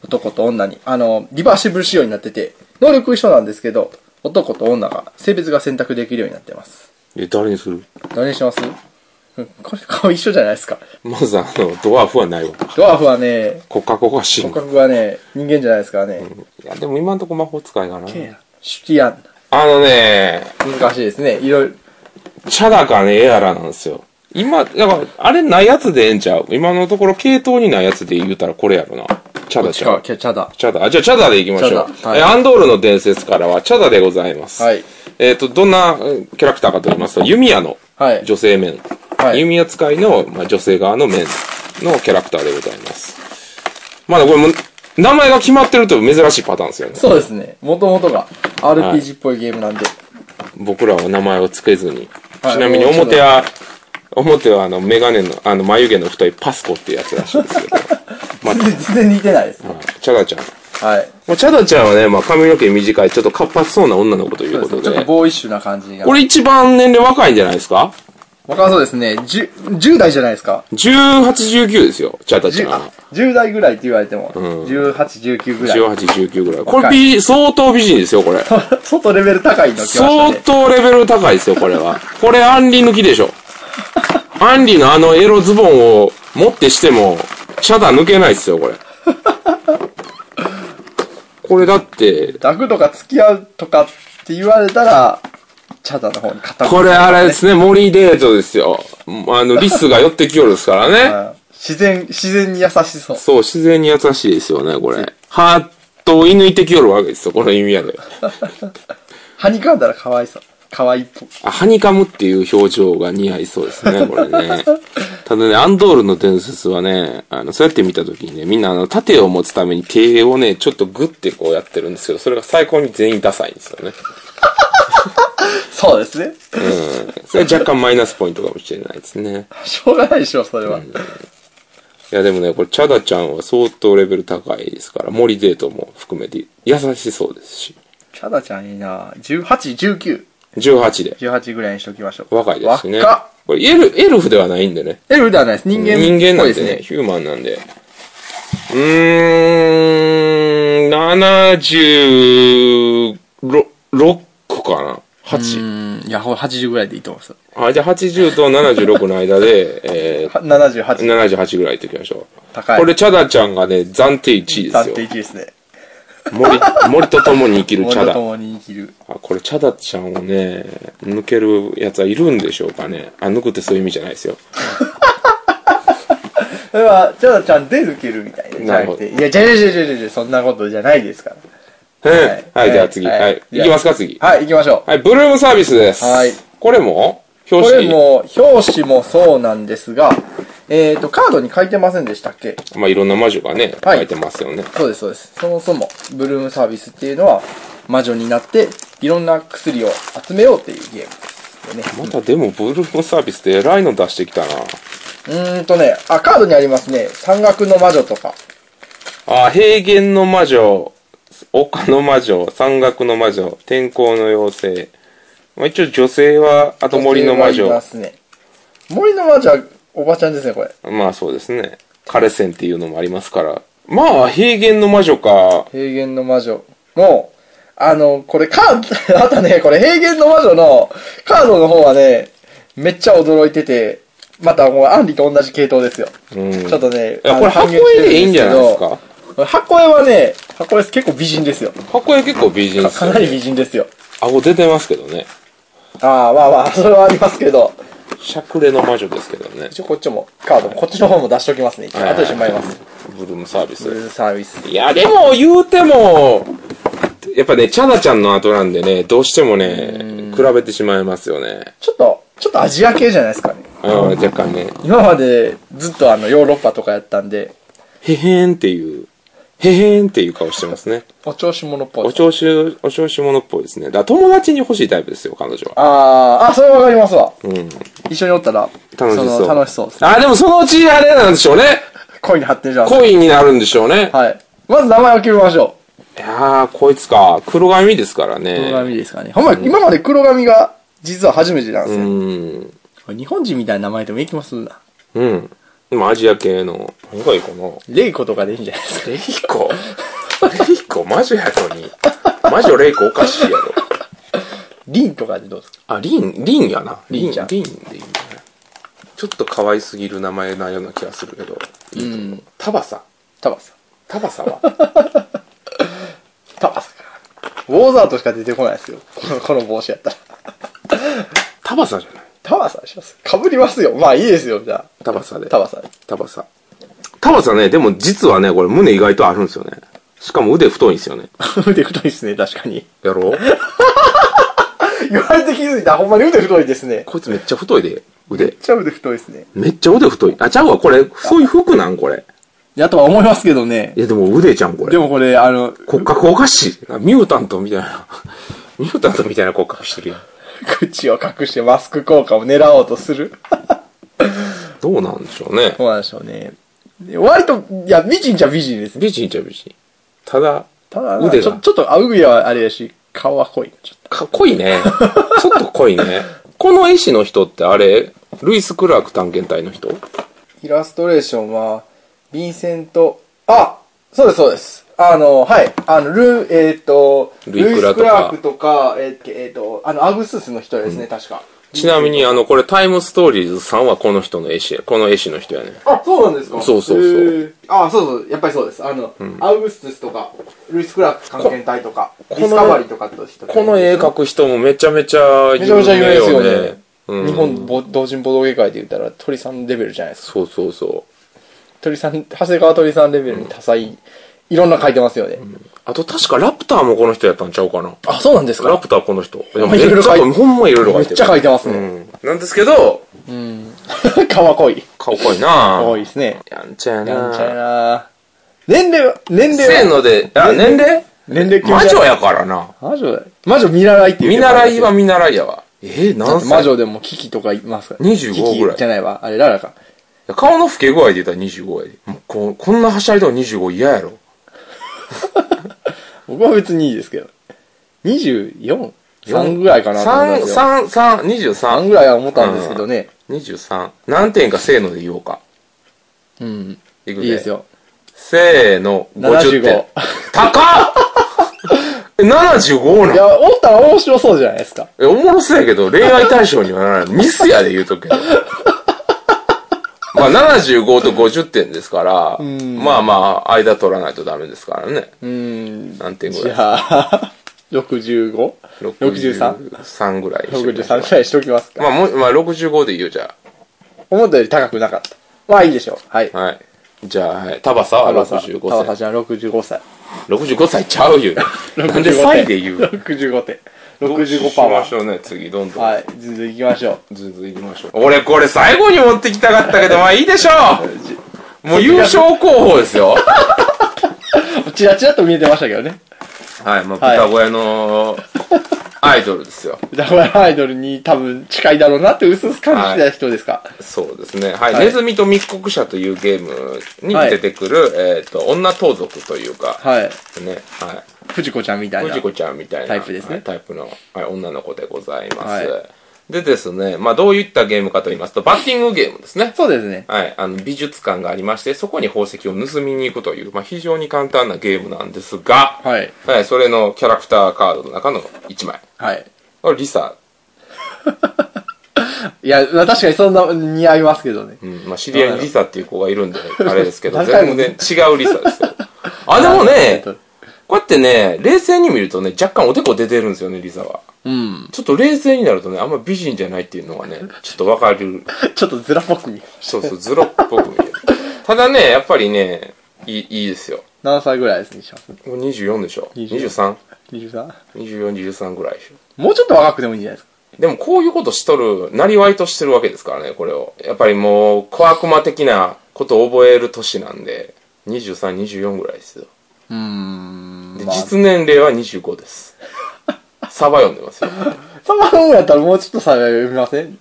B: 男と女に、あの、リバーシブル仕様になってて、能力一緒なんですけど、男と女が、性別が選択できるようになってます。
A: え、誰にする
B: 何にしますうんこれ顔一緒じゃないですか。
A: まず、あの、ドワーフはないわ。
B: ドワーフはね、
A: 骨格が死ぬ。
B: 骨格がね、人間じゃないですからね。
A: いや、でも今のとこ魔法使いかな。
B: シュティアン。
A: あのね、
B: 難しいですね。いろいろ。
A: チャラかね、エアラなんですよ。今、だから、あれないやつでええんちゃう今のところ系統にないやつで言うたらこれやろな。チャダちゃう。
B: キャチャだ。
A: チャダ。あ、じゃあチャダで行きましょ
B: チャ
A: う。
B: ダはい
A: えアンドールの伝説からはチャダでございます。
B: はい。
A: えっ、と、どんなえーキャラクターかと言いますと、弓矢の
B: はい
A: 女性面。
B: はい
A: 弓矢使いの、まあ、女性側の面のキャラクターでございます。まだこれも、名前が決まってると珍しいパターンですよね。
B: そうですね。もともとが
A: はい
B: RPG っぽいゲームなんで。
A: 僕らは名前を付けずに。
B: はい
A: ちなみに表は、表はあの、メガネの、あの、眉毛の太いパスコっていうやつらしいんですけど。まあ、
B: 全然似てないです。
A: チャダちゃん。
B: はい。
A: まあ、チャダちゃんはね、まあ、髪の毛短い、ちょっと活発そうな女の子というこ
B: ちょ
A: と
B: っと
A: で。
B: ボーイッシュな感じが
A: こ。れ一番年齢若いんじゃないですか
B: 若そうですね。10, 10代じゃないですか。
A: ?18、19ですよ、チャダち
B: 10
A: ゃん
B: あ。10代ぐらいって言われても、18、19ぐらい。
A: 18、19ぐらい。これ
B: 若い
A: 美、相当美人ですよ、これ。
B: 外レベル高いの来ました
A: 相
B: ね。
A: 当レベル高いですよ、これは。これ、アンリ抜きでしょ。アンリのあのエロズボンを持ってしても、シャダー抜けないですよ、これ。これだって、
B: ダグとか付き合うとかって言われたら、チャダの方に傾く。
A: これあれですね、森デートですよ。あの、リスが寄ってきよるですからね。
B: うん自然、自然に優しそう。
A: そう、自然に優しいですよね、これ。ハートを射抜いてきよるわけですよ、この意味やで。
B: はにかんだらかわいそう。かわいっぽ。
A: あ、ハニカムっていう表情が似合いそうです ね、これね。ただね、アンドールの伝説はね、あの、そうやって見たときにね、みんなあの、盾を持つために手をね、ちょっとグッてこうやってるんですけど、それが最高に全員ダサいんですよね。
B: そうですね。
A: うん。それは若干マイナスポイントかもしれないですね。
B: しょうがないでしょ、それは。
A: いやでもね、これ、チャダちゃんは相当レベル高いですから、森デートも含めて優しそうですし。
B: チャダちゃんいいな18、19。
A: 18で。
B: 18ぐらいにしときましょう。
A: 若いですしね。
B: 若っ
A: これエル、エルフではないんでね。
B: エルフではないです。人間っぽい
A: 人間なん
B: です
A: でね、
B: ね。
A: ヒューマンなんで。うーん、76個かな ?8。
B: うん、いや、ほら80ぐらいでいいと思いますよ。
A: あ、じゃあ80と76の間で、えー、
B: 78、
A: 78ぐらいっていきましょう。
B: 高い。
A: これ、チャダちゃんがね、暫定1位で
B: だっ
A: すよ
B: て。1ですね。
A: 森、森と共に生きるチ
B: 俺
A: ャ
B: と
A: ダ。
B: 共に生きる。
A: あ、これ、チャダちゃんをね、抜けるやつはいるんでしょうかね。あ、抜くってそういう意味じゃないですよ。
B: それは、チャダちゃんで抜けるみたいな。じゃなくて。いや、じゃじゃじゃじゃじゃじゃそんなことじゃないですから。
A: はい、
B: はい
A: じゃあ次。
B: はい
A: はい。いきますか、次。
B: はい、行きましょう。
A: はい、ブルームサービスです。
B: はい
A: これも
B: こ
A: 表
B: れ
A: 紙
B: も、表紙もそうなんですが、えっ、ー、と、カードに書いてませんでしたっけ
A: まあ、いろんな魔女がね、
B: はい
A: 書いてますよね。
B: そうです、そうです。そもそも、ブルームサービスっていうのは、魔女になって、いろんな薬を集めようっていうゲームですよね。
A: またでも、ブルームサービスって偉いの出してきたな。
B: うーんとね、あ、カードにありますね。山岳の魔女とか。
A: あ、平原の魔女、丘の魔女、山岳の魔女、天候の妖精。まあ、一応女性は、あと森の魔
B: いま
A: 女。
B: すね。森の魔女は、おばちゃんですね、これ。
A: まあそうですね。彼線っていうのもありますから。まあ、平原の魔女か。
B: 平原の魔女の、あの、これカード、あとね、これ平原の魔女のカードの方はね、めっちゃ驚いてて、またもうアンリと同じ系統ですよ。
A: うん。
B: ちょっとね、
A: いや、これ箱絵でいいんじゃないですか。
B: か。箱絵はね、箱絵結構美人ですよ。
A: 箱絵結構美人で
B: か
A: す
B: か
A: よ、
B: なり
A: ね。
B: 美人ですよ。
A: 顎出てますけどね。
B: ああ、まあまあ、それはありますけど。
A: しゃくれの魔女ですけどね。
B: 一応こっちも、カードも、こっちの方も出しておきますね。一応
A: はい
B: 後でしまいます。
A: ブルームサービ
B: ブル
A: ス。
B: ーサービス。
A: いや、でも言うても、やっぱね、チャナちゃんの後なんでね、どうしてもね、比べてしまいますよね。
B: ちょっと、ちょっとアジア系じゃないですかね。
A: うん、若干ね、
B: 今までずっとあの、ヨーロッパとかやったんで、
A: へへんっていう、へへんっていう顔してますね。
B: お調子者っぽい
A: お。調子、お調子者っぽいですね。だから友達に欲しいタイプですよ、彼女は。
B: あーあ、それわかりますわ。
A: うん。
B: 一緒におったら、
A: 楽しそう
B: の楽しそうです。
A: あ、でもそのうちあれなんでしょうね。
B: 恋に発展します。
A: 恋になるんでしょうね。
B: はい。まず名前を決めましょ
A: いやー、こいつか。黒髪ですから
B: う。黒
A: ね。
B: 髪ですかね。ほんま、今まで黒髪が、実は初めてなんです
A: う
B: よ。
A: ん。
B: これ日本人みたいな名前でもいい気もするな。
A: うん。でもアジア系の、何がいいかな。
B: レイコとかでいいんじゃないですか。
A: レイコレイコ魔女やのに。魔女レイコおかしいやろ。
B: リンとかでどうですか
A: あ、リン、リンやな。
B: リンちゃん
A: リンでいいんだね。ちょっと可愛すぎる名前なような気がするけど。
B: うん。
A: タバサ。
B: タバサ。
A: タバサは
B: タバサか。ウォーザートしか出てこないですよ。このこの帽子やったら。
A: タバサじゃない
B: タバサにします。かぶりますよ。まあいいですよ、じゃ
A: タバサで。
B: あ。タバサ。
A: タバサ。タバサね、でも実はね、これ胸意外とあるんですよね。しかも腕太いんですよね。
B: 腕太いですね、確かに。
A: やろう
B: 言われて気づいた。ほんまに腕太いですね。めっ
A: こいつめっちゃ太いで、腕。
B: ちゃ腕太いですね。
A: めっちゃ腕太い。あ、ちゃうわ、これ、そういう服なんこれ。
B: やとは思いますけどね
A: い。や、でも腕じゃん、これ
B: で。もこれ、あの、
A: 骨格おかしい。ミュータントみたいな。 ミュータントみたいな骨格してるやん。
B: 口を隠してマスク効果を狙おうとする。
A: どうなんでしょうね。
B: そうなんでしょうね。で割と、いや、美人じゃ美人ですね。
A: 美人ちゃ美人。ただ、
B: ただな、
A: 腕
B: ちょ
A: が
B: ちょっと、あ、うぐはあれやし、顔は濃い。ちょっと
A: かっこいいね。ちょっと濃いね。この絵師の人ってあれ、ルイス・クラーク探検隊の人
B: イラストレーションは、ヴィンセント、あそうです、そうです。あの、はい、あの、ルー、えっ、と、
A: ルイクラとか
B: イス・クラークとか、えっ、えーと、あの、アグスースの人ですね、確か。
A: ちなみに、あの、これ、タイムストーリーズさんはこの人の絵師や、この絵師の人やね。
B: あ、そうなんですか
A: そうそうそう
B: へーあ、そうそう、やっぱりそうです。あの、アウグストゥスとか、ルイス・クラーク探検隊とか、デ
A: こ
B: ィスカバリーとかと人
A: この絵描く人もめちゃめちゃ
B: めちゃめちゃ有名ですよね。
A: うん
B: 日本ぼ同人ボドゲ界で言ったら鳥さんレベルじゃないですか。
A: そうそうそう。
B: 鳥さん、長谷川鳥さんレベルに多彩、いろんな書いてますよね。
A: あと、確かラプターもこの人やったんちゃうかな。
B: あ、そうなんです
A: ラ
B: か
A: プターこの人。でも
B: あ
A: めっ
B: いろいろ
A: ち
B: 書い
A: ゃ、ほんまいろいろ書い
B: めって
A: る。
B: ちゃ書いてます
A: う
B: ね。
A: ん。なんですけど、
B: 顔濃い。
A: 顔濃いな
B: 多いですね。
A: やんちゃやな
B: なんちゃら。年齢は、年
A: せ
B: 齢
A: ー
B: は
A: ので、あ、年齢
B: 年齢級じゃ
A: 魔
B: ない
A: 女やからな。
B: 魔女だよ魔女見習いって
A: 見
B: 言ってた
A: 習いは見習いやわ。えー、
B: だっ
A: 何
B: て魔
A: 歳
B: 女でもキキとかいますから。
A: 25
B: キキ
A: ぐらい
B: じゃないわ。あれ、ララか。
A: 顔の老け具合で言ったら25やで。もうこうこんなはしゃいだら25嫌やろ。
B: 僕は別にいいですけど。24?3 ぐらいかなと思い
A: 3、
B: ますよ。
A: 3、3、23
B: 3。ぐらいは思ったんですけどね。
A: 23。何点かせーので言おうか。
B: うん。
A: いく
B: いいです。よ。
A: せーの、50点
B: 75。
A: 高っ !75 ないん
B: や、おったら面白そうじゃないですか。
A: え、おもろそうやけど、恋愛対象にはならない。ミスやで言うとくけど。まあ、75と50点ですから、
B: ん
A: まあまあ、間取らないとダメですからね。
B: うん。
A: 何点ぐ
B: じ
A: らい
B: ゃあ、65?63?63
A: 63ぐらいにしてみましょう。
B: ぐらいしときますか。
A: まあ、もう、まあ、65で言うじゃ
B: 思ったより高くなかった。まあいいでしょう。はい
A: あ。。はい。じゃあ、はい。タバサは
B: 川田さん川
A: 65
B: 田
A: 歳。
B: ちゃん65歳。
A: 65歳ちゃ うよ。なんで
B: 65
A: 歳で言う
B: 65点。
A: し
B: 65パ
A: ま
B: ワ
A: し
B: ー。
A: ょうね、次、どんどん。
B: はい。全然行きましょう。
A: ずっと行きましょう。俺、これ最後に持ってきたかったけど、まあいいでしょ うもう優勝候補ですよ。
B: チラチラと見えてましたけどね。
A: はい、まあ、豚小屋のアイドルですよ。
B: 名古屋アイドルに多分近いだろうなって薄々感じてた人ですか。
A: そうですね。はい。
B: はい
A: ネズミと密告者というゲームに出てくる、えっ、と、女盗賊というか、
B: はい。
A: ね、はい。
B: 藤子ちゃんみたいな。
A: 藤子ちゃんみたいな
B: タイプですね
A: はいタイプの、はい、女の子でございます。
B: は
A: でですね、まあ、どういったゲームかと言いますと、バッティングゲームですね。
B: そうですね。
A: はい、あの美術館がありまして、そこに宝石を盗みに行くという、まあ、非常に簡単なゲームなんですが、
B: はい。
A: はい、それのキャラクターカードの中の1枚。
B: はい。
A: これリサ、
B: いや、まあ確かにそんな似合いますけどね。
A: うんまあ、知り合いにリサっていう子がいるんで、あれですけど、
B: 何回
A: 全
B: も
A: 然違うリサですよ。あ、でもね、こうやってね、冷静に見るとね、若干おでこ出てるんですよね、リサは。
B: うん。
A: ちょっと冷静になるとね、あんま美人じゃないっていうのがね、ちょっとわかる。
B: ちょっとズラっぽく見える
A: そうそう、ズロっぽく見える。ただね、やっぱりね、いい、いいですよ。
B: 何歳ぐらいですね、シャープ
A: もう24でしょ。
B: 24
A: 23。
B: 23?
A: 24、23ぐらいでしょ。
B: もうちょっと若くてもいいんじゃないですか。
A: でもこういうことしとる、なりわいとしてるわけですからね、これを。やっぱりもう、小悪魔的なことを覚える年なんで、23、24ぐらいですよ。
B: うーん。
A: で、
B: まあ、
A: 実年齢は25です。サバ読んでますよ。
B: サマームやったらもうちょっと差が読みません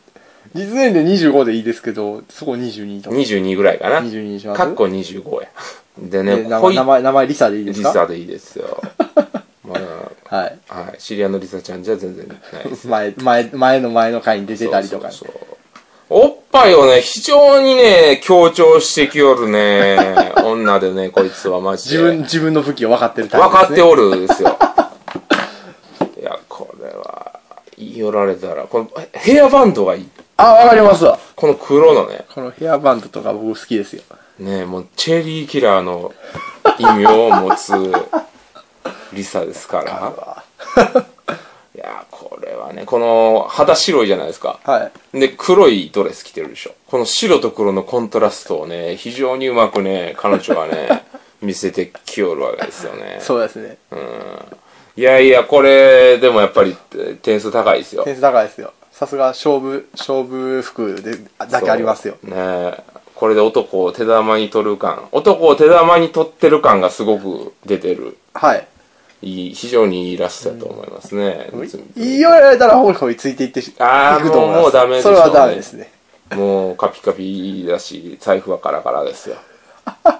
B: 実年で25でいいですけど、そこ22とか。
A: 22ぐらいかな。
B: 22にします
A: かっこ25や。で
B: え
A: ね、
B: ー名
A: こ
B: 前
A: い
B: 名前、名前リサでいいで
A: リ
B: すか
A: サでいいですよ。 まあ、
B: はい。
A: はい、知り合いのリサちゃんじゃ全然ないです。
B: 前、前、前の前の回 に出てたりとか。
A: そうそうそうおっぱいをね、非常にね、強調してきよるね、女でね、こいつはマジ
B: 自
A: で。
B: 分、自分の武器を分かってるタイプ
A: 分
B: です、ね。
A: かっておるですよ。いや、これは、言い寄られたら、このえヘアバンドがいい。
B: あ、わかりますわ。
A: この黒のね、
B: このヘアバンドとか僕好きですよ。
A: ね、もうチェリーキラーの異名を持つリサですから。 いや、これはね、この肌白いじゃないですか。
B: はい。
A: で、黒いドレス着てるでしょ。この白と黒のコントラストをね、非常にうまくね、彼女はね、見せてきよるわけですよ ね。
B: そうですね。
A: いやいや、これ、でもやっぱりえ点数高いですよ。
B: 点数高いですよ。さすが勝負、勝負服で、あだけありますよ。
A: そうねえこれで男を手玉に取る感。男を手玉に取ってる感がすごく出てる。
B: はい。
A: いい、非常にいいラストだと思いますね。
B: 言い寄られたらホイホイついていってし、
A: あー
B: いくと思います。
A: もうダメでしょ
B: そうれ
A: ね
B: はダメですね。
A: もうカピカピだし、財布はカラカラですよ。うん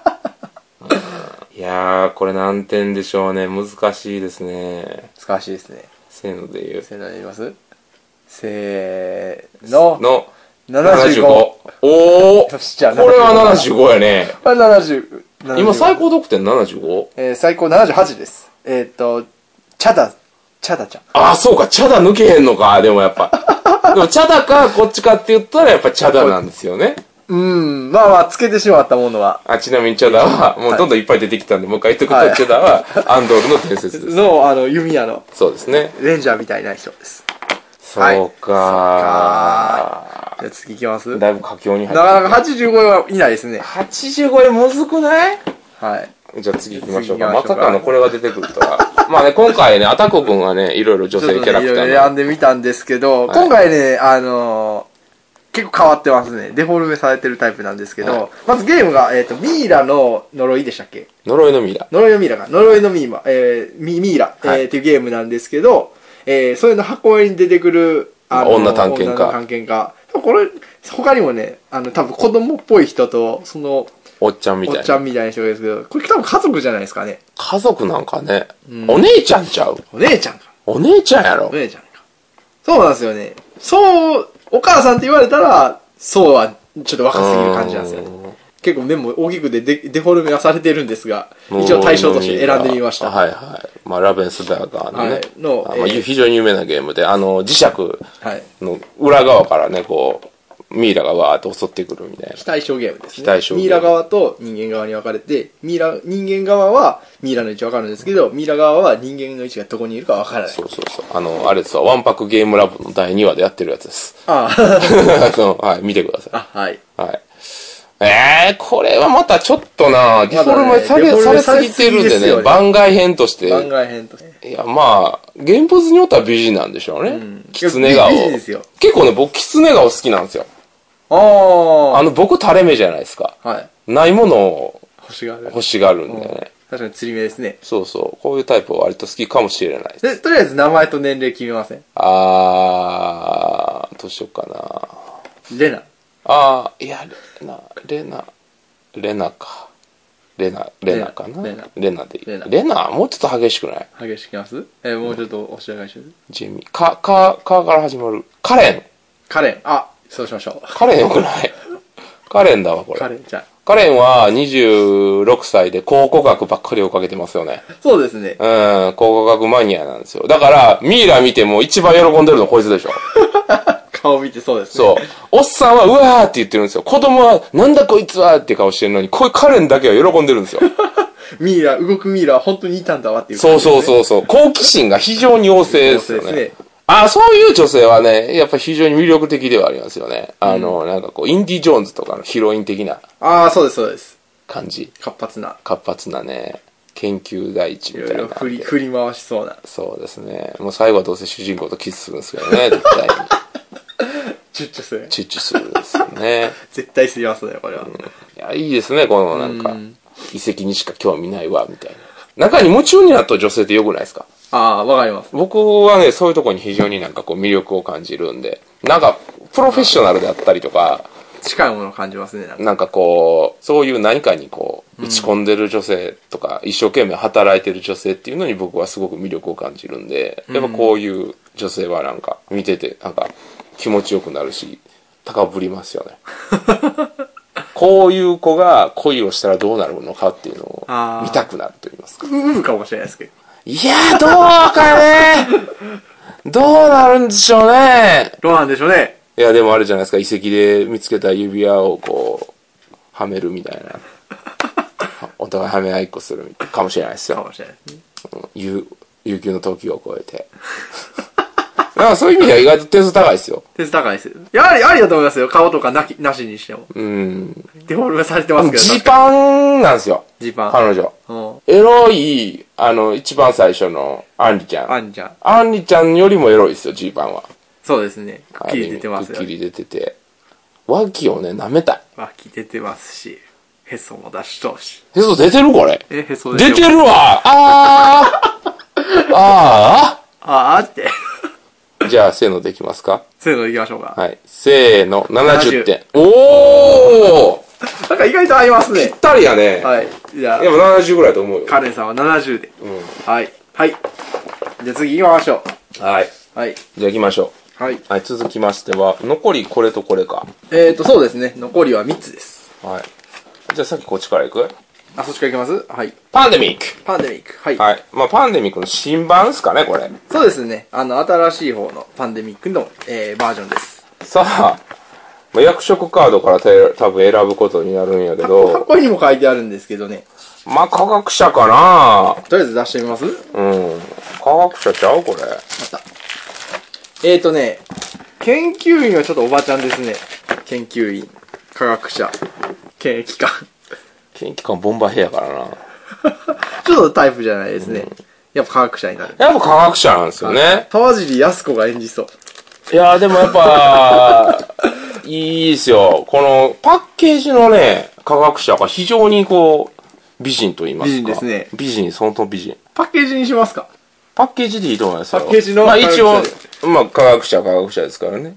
A: いやー、これ何点でしょうね。難しいですね。
B: 難しいですね。
A: せーので言う。
B: せーので言いますせーの。
A: の、
B: 75。
A: お
B: よ
A: ー
B: しじゃあ
A: これは75やね。
B: これ70。
A: 今最高
B: 高
A: 得点 75?
B: えー、最高78です。えーっと、チャダ、チャダちゃん。
A: ああ、そうか、チャダ抜けへんのか、でもやっ ぱ。でも、チャダか、こっちかって言ったら、やっぱチャダなんですよね。
B: うん、まあまあ、つけてしまったものは、
A: あ、ちなみにチャダは、もうどんどんいっぱい出てきたんで、もう一回言ってく
B: は
A: と、
B: い
A: チャダは、アンドールの伝説です。
B: の、あの、弓矢の、
A: そうですね。
B: レンジャーみたいな人です。はい
A: そうか
B: じゃあ次行きま
A: ー。
B: すな
A: だいぶ佳境に入った。
B: かなか85はいないですね。
A: 85円むずくない
B: はい。
A: じゃあ次行きましょうか。
B: 次行
A: ま
B: きましょ
A: さ
B: うか
A: かのこれが出てくるとは。 まあね、今回ね、アタコ君がね、いろいろ女
B: ちょっ
A: 性
B: と
A: キャ
B: ね
A: ラ
B: い
A: クタ
B: ろい
A: ー
B: ろ選
A: の
B: んでみたんですけど、
A: はい
B: 今回ね、あのー結構変わってますね。デフォルメされてるタイプなんですけど、まずゲームが、えっ、と、ミイラの呪いでしたっけ
A: 呪いのミイラ。
B: 呪いのミイラが、呪いのミイマ、えー、ミミイラ、
A: はい
B: えーっていうゲームなんですけど、えー、それの箱絵に出てくる、あ
A: 女探検家
B: 女の探検家。これ、他にもね、あの、多分子供っぽい人と、その、
A: おっちゃんみ
B: お
A: た
B: っ
A: い
B: ちゃ
A: な。
B: んみたいな人がいるんですけど、これ多分家族じゃないですかね。
A: 家族なんかね、
B: うん
A: お姉ちゃんちゃう。
B: お姉ちゃんか。
A: お姉ちゃんやろ
B: お。姉ちゃんか。そうなんですよね。そう、お母さんって言われたら、そうは、ちょっと若すぎる感じなんですよね。
A: ね。
B: 結構目も大きくでデデフォルメがされてるんですが、一応対象として選んでみました。
A: はいはい。まあ、ラベンスバーガーのね。
B: はいの
A: あまあ
B: えー
A: 非常に有名なゲームで、あの、磁石
B: はい。
A: の裏側からね、こう、ミイラがわーって襲ってくるみたいな
B: 非。対称ゲームですね。
A: 非対称ゲーム
B: ミイラ側と人間側に分かれて、ミイラ、人間側はミイラの位置分かるんですけど、ミイラ側は人間の位置がどこにいるか分からない
A: そ。うそうそう。あの、あれですわ、ワンパクゲームラボの第2話でやってるやつです。
B: あ
A: あの、はい、見てくださ
B: あ、あ、はい。
A: い。はい。えー、これはまたちょっとな、デフォルメされ,、
B: デフォ
A: さ
B: ル
A: れ
B: メさ
A: す
B: れ
A: ぎ
B: すぎ
A: てるん
B: で
A: ですね、
B: よね
A: 番外編として。
B: 番外編として。
A: いや、まあ、原発によっては美人なんでしょうね。
B: ん
A: キツネ顔。
B: いや美人ですよ
A: 結構ね、僕、キツネ顔好きなんですよ。
B: ああ。
A: あの、僕、垂れ目じゃないですか。
B: はい。
A: ないものを
B: 星がある。
A: 欲しがるんでね。
B: 確かに釣り目ですね。
A: そうそう。こういうタイプは割と好きかもしれないです。
B: で、とりあえず名前と年齢決めません。
A: あー、どうしようかな。
B: レナ。
A: あー、いや、レナ、レナ、レナか。レナ、レナかな。
B: レナ
A: レナでいい。
B: レナ
A: レナ、もうちょっと激しくない
B: 激しくいきますえーもうちょっとお知らせします。
A: ジェミー。か、か、かから始まる。カレン。
B: カレン。あ、そうしましょ
A: カレンよくないカレンだわ、こ
B: う。
A: れ。
B: カレン、じゃ
A: カレンは26歳で考古学ばっかり追っかけてますよね。
B: あ。そうですね。
A: うん、考古学マニアなんですよ。だから、ミイラ見ても一番喜んでるのこいつでしょ。
B: 顔見てそうですね。
A: そう。おっさんは、うわーって言ってるんですよ。子供は、なんだこいつはって顔してるのに、こういうカレンだけは喜んでるんですよ。
B: ミイラ、動くミイラは本当にいたんだわっていう
A: そ
B: 感
A: う
B: じですね、
A: そうそうそう。好奇心が非常に旺盛ですよ
B: 旺盛で
A: ね
B: す。
A: ああ、そういう女性はね、やっぱ非常に魅力的ではありますよね。あの、なんかこう、インディ・ジョーンズとかのヒロイン的な
B: ああ、そうです、そうです。
A: 感じ。
B: 活発な。
A: 活発なね、研究第一
B: い
A: み
B: ろ
A: た
B: い
A: い
B: ろ
A: な。
B: 振り、振り回しそうな。
A: そうですね。もう最後はどうせ主人公とキスするんですけどね、絶対に。
B: チュッチュする。
A: チュッチュするんですよね。
B: 絶対すりますね、これは。
A: いや、いいですね、このなんか
B: うん、
A: 遺跡にしか興味ないわ、みたいな。中に夢中になった女性って良くないですか
B: ああ、わかります。
A: 僕はね、そういうとこに非常になんかこう魅力を感じるんで、なんか、プロフェッショナルであったりとか、
B: 近いものを感じますね、なんか。
A: なんかこう、そういう何かにこう、打ち込んでる女性とか、一生懸命働いてる女性っていうのに僕はすごく魅力を感じるんで、やっぱこういう女性はなんか、見てて、なんか、気持ちよくなるし、高ぶりますよね。こういう子が恋をしたらどうなるのかっていうのを
B: あー
A: 見たくなると言いますか。
B: ううかもしれないですけど。
A: いやー、どうかねどうなるんでしょうね
B: どうなんでしょうね。
A: いや、でもあれじゃないですか、遺跡で見つけた指輪をこう、はめるみたいな。お互いはめ合いっこするみたいかもしれないです
B: か
A: よ。
B: もしれないですね。
A: うん悠悠久の時を超えて。 だからそういう意味では意外と点数高いですよ。
B: 鉄高いですよ。やはり、ありだと思いますよ。顔とかなき、なしにしても。
A: うん。
B: デフォルメされてますけど。
A: ジーパンなんですよ。
B: ジーパン
A: 彼女。
B: うん。
A: エロい、あの、一番最初のアンリちゃ
B: あ
A: ん。
B: んちゃん。
A: アンリちゃんよりもエロいですよ、ジーパンは。
B: そうですね。くっきり出てます
A: くっ
B: よ
A: き。り出てて。脇をね、舐めたい。
B: 脇出てますし、へそも出しとうし。
A: へそ出てるこれ。
B: え、へそ
A: 出
B: しょ
A: てるわあ ーあ
B: ああって。
A: ーじゃあ、せーのできますか
B: そういうの行きましょうか。
A: はい。せーの、70点。おー
B: なんか意外と合いますね
A: ぴっ。たりやね。
B: はい。じゃあ
A: で、も70ぐらいだと思うよ。
B: カレンさんは70で。
A: うん。
B: はい。はい。じゃあ次行きましょ
A: はい。
B: う。はい。
A: じゃあ行きましょ
B: はい。
A: う。はい、続きましては、残りこれとこれか。
B: えーと、そうですね。残りは3つです。
A: はい。じゃあさっきこっちからいく
B: あ、そっちから行きますはい。
A: パンデミック
B: パンデミック。はい。
A: はい。まあ、パンデミックの新版ですかね、これ。
B: そうですね。あの、新しい方のパンデミックの、えー、バージョンです。
A: さあ、まあ、役職カードからて多分選ぶことになるんやけ ど、
B: 箱にも書いてあるんですけどね。
A: まあ、科学者かな
B: とりあえず出してみます
A: うん。科学者ちゃうこれ。
B: えーとね、研究員はちょっとおばちゃんですね。研究員、科学者、検疫官。
A: 研究官ボンバーヘアからな。
B: ちょっとタイプじゃないですね。やっぱ科学者になる。
A: やっぱ科学者なんですよね。
B: 沢尻康子が演じそう。
A: いやーでもやっぱ、いいですよ。このパッケージのね、科学者が非常にこう、美人と言いますか。
B: 美人ですね
A: 美人、相当美人。
B: パッケージにしますか
A: パッケージでいいと思いますよ。
B: パッケージの
A: まあ一応
B: 科学、
A: まあ科学者は科学者ですからね。